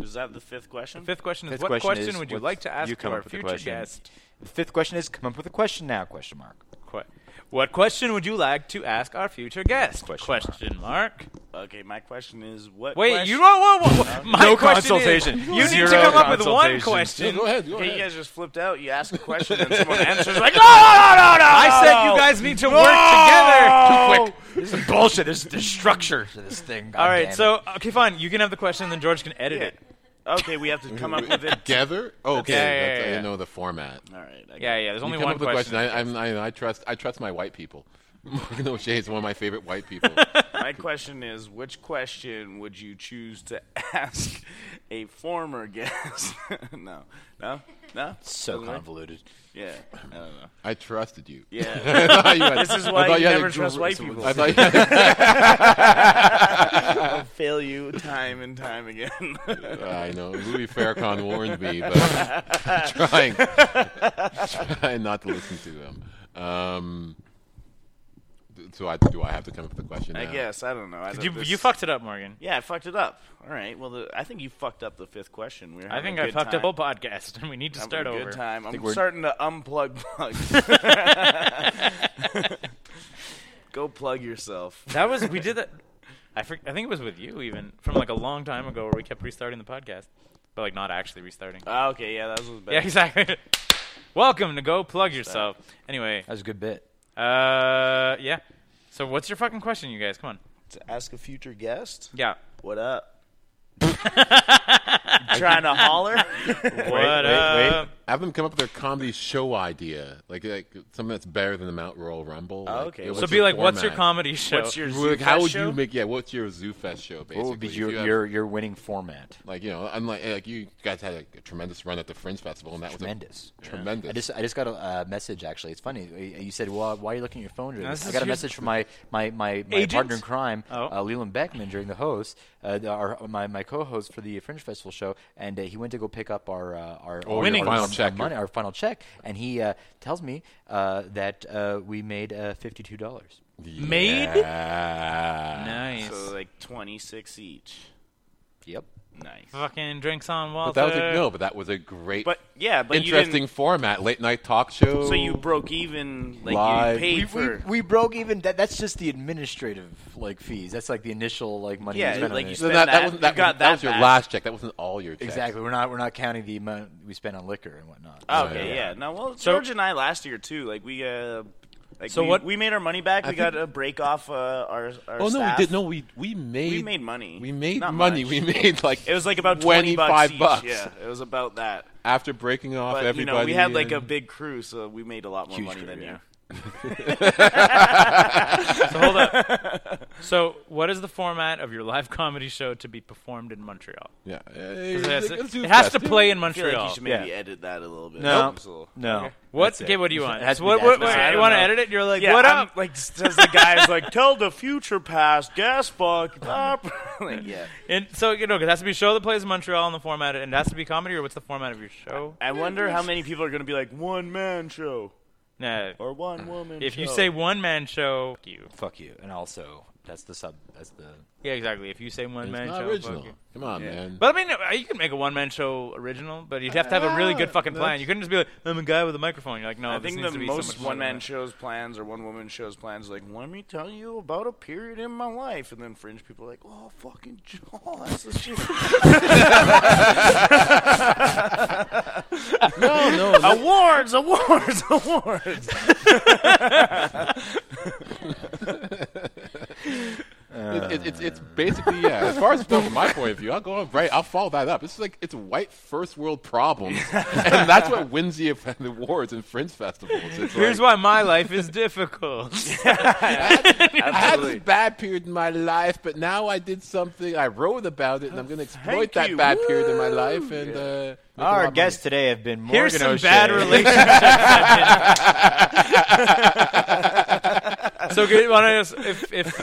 Is that the fifth question? Fifth question is Fifth what question question is, would you what like to ask you come to our up with a future question. guest? Fifth question is, come up with a question now? Question mark. Qu- What question would you like to ask our future guest? Question mark. Okay, my question is what? Wait, question- you don't want one. my No question is, consultation. you need to Zero come up with one consultation. but- question. Go ahead. Go Okay, ahead. you guys just flipped out. You ask a question and someone answers like, "No, no, no, no!" I said you guys need to work together. This is bullshit. There's, there's structure to this thing. All right. So okay, fine. You can have the question, then George can edit Yeah. it. okay, we have to come up with it. Together? Oh, okay. Yeah, yeah, That's- I yeah, yeah. know the format. All right. I Yeah, yeah. There's only you come up with one a question. question. I, I'm, I, I trust. I trust my white people. Morgan O'Shea is one of my favorite white people. My question is, which question would you choose to ask a former guest? no, no, no. So Doesn't work? convoluted. Yeah, I don't know. I trusted you. Yeah, this is why you never trust white people. I thought you had a I'll fail you time and time again. gr- I know. Louis Farrakhan warned me, but I'm trying, trying not to listen to them. Um, th- so I, do I have to come up with a question? I now? guess I don't know. I You, don't- you this- fucked it up, Morgan. Yeah, I fucked it up. All right. Well, the, I think you fucked up the fifth question. We We're I having think a I good fucked time. up a whole podcast, and we need to Having start a good over. time. I'm we're- starting to unplug plugs. Go plug yourself. That was we did that. I for, I think it was with you even from like a long time ago where we kept restarting the podcast, but like not actually restarting. Ah, okay, yeah, that was better. yeah, exactly. Welcome to go plug yourself. Anyway, That was a good bit. uh, yeah. So what's your fucking question, you guys? Come on. To ask a future guest, Yeah. what up? You trying to holler? What up? Have them come up with their comedy show idea, like like something that's better than the Mount Royal Rumble. Oh, okay. yeah, So So what's be your like, what's your format? comedy show? What's your Well, zoo like, how would show? you make? Yeah, what's your Zoo Fest show? Basically, What would be If your, you have- your your winning format? like you know, unlike like you guys had a tremendous run at the Fringe Festival, and that Tremendous. was a, tremendous. I just I just got a uh, message actually. It's funny. You- You said, "Well, why are you looking at your phone?" During No, this? this I is got a your- message from my my my, my Agent? partner in crime, Oh. uh, Leland Beckman, during the host, uh, the- our my, my co-host for the Fringe Festival show, and uh, he went to go pick up our uh, our, Oh, your our, Winnings. our final check. money, our final check, and he uh, tells me uh, that uh, we made uh, fifty two dollars. Made? Yeah. Nice. So like twenty six each. Yep. Nice. fucking drinks on But Walter. that was a, no, but that was a great, But yeah, but You interesting didn't, format, late night talk show. so you broke even. Like Live. you paid We, we, for. we broke even. That, that's just the administrative like fees. That's like the initial like money. Yeah, we spent on like it. you So spend that, that that, wasn't you that, got was, that was your back. last check. That wasn't all your checks. Exactly. We're not we're not counting the amount we spent on liquor and whatnot. Oh, Yeah, okay, yeah. yeah. No, well, So- George and I last year too. Like we, uh, like So we, what- we made our money back. we got a break off uh, our our. Oh no, we staff. did. No, we we made We made money. We made Not money. much. We made like It was like about twenty 25 bucks. each. bucks Yeah, it was about that. after breaking off But you everybody. know, we had like a and- big crew, so we made a lot more Huge money crew, than yeah. you. So hold up. so what is the format of your live comedy show to be performed in Montreal? yeah. It, It has, it has to play in I feel like Montreal. you should maybe edit that a little bit. No. Nope. So- No. What? Okay, what do you want? It has to So be what, what, that specific. I what, you don't want to know. edit it? You're like, Yeah, what I'm- up? Like, says the guy's like, tell the future past, gas fuck up. like, yeah. And so you know, it has to be a show that plays in Montreal in the format, and it has to be comedy, or what's the format of your show? I wonder how many people are going to be like one man show Nah. or one woman. Mm. If you show." say one man show, fuck you. Fuck you. And also, that's the sub. That's the. Yeah, exactly. If you say one man not show, original. fuck you. Come on, man. But I mean, uh, you can make a one man show original, but you'd have to have a really good fucking plan. You couldn't just be like, I'm a guy with a microphone. You're like, no, I this think needs the to be so much most more one man than shows plans or one woman shows plans like, let me tell you about a period in my life. And then fringe people are like, oh, fucking Jaws. This shit- no, no, no. awards, awards, awards. It- it- it's, it's basically yeah. As far as from my point of view, I'll go on right. I'll follow that up. It's like it's white first world problems, and that's what wins the the awards and fringe festivals. It's that. Here's like, why my life is difficult. I had this bad period in my life, but now I did something. I wrote about it, and I'm going to exploit that you. bad period in my life. And uh, make a lot Our of guests today have been Morgan Here's some O'Shea. bad relationships. so good. Want to just- if if if,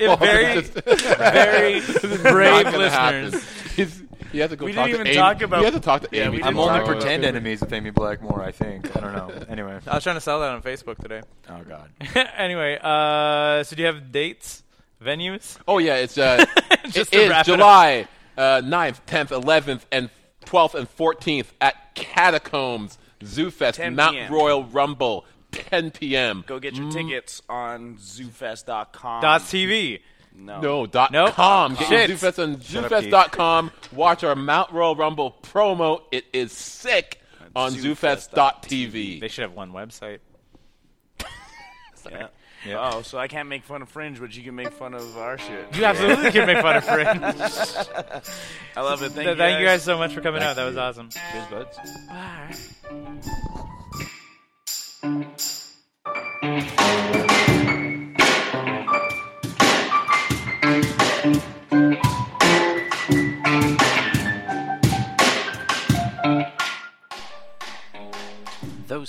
if very very money. brave Not gonna happen. listeners. He's- He has to go We talk didn't to even Amy. talk about- He has to talk to Yeah, Amy. we I'm didn't only tomorrow. pretend enemies with Amy Blackmore. I think. I don't know. Anyway. I was trying to sell that on Facebook today. Oh God. anyway, uh, so do you have dates, venues? Oh yeah, it's uh, it Just to is wrap it up. July uh, 9th, 10th, 11th, and 12th and 14th at Catacombs Zoo Fest, 10 Mount p.m.. Royal Rumble, 10 p.m. Go get your tickets on zoofest.com. Dot TV. No. No, dot Nope. com. Get your Shit. ZooFest on ZooFest.com. Watch our Mount Royal Rumble promo. It is sick on ZooFest.tv. ZooFest.tv. They should have one website. Yeah. Yeah. Oh, so I can't make fun of Fringe, but you can make fun of our shit. You absolutely can make fun of Fringe. I love it. Thank, Th- you, Thank you guys guys. so much for coming out. That was awesome. Cheers, buds. Those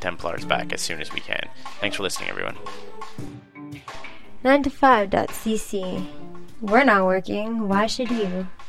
Templars back as soon as we can. Thanks for listening, everyone. 9to5.cc. We're not working. Why should you?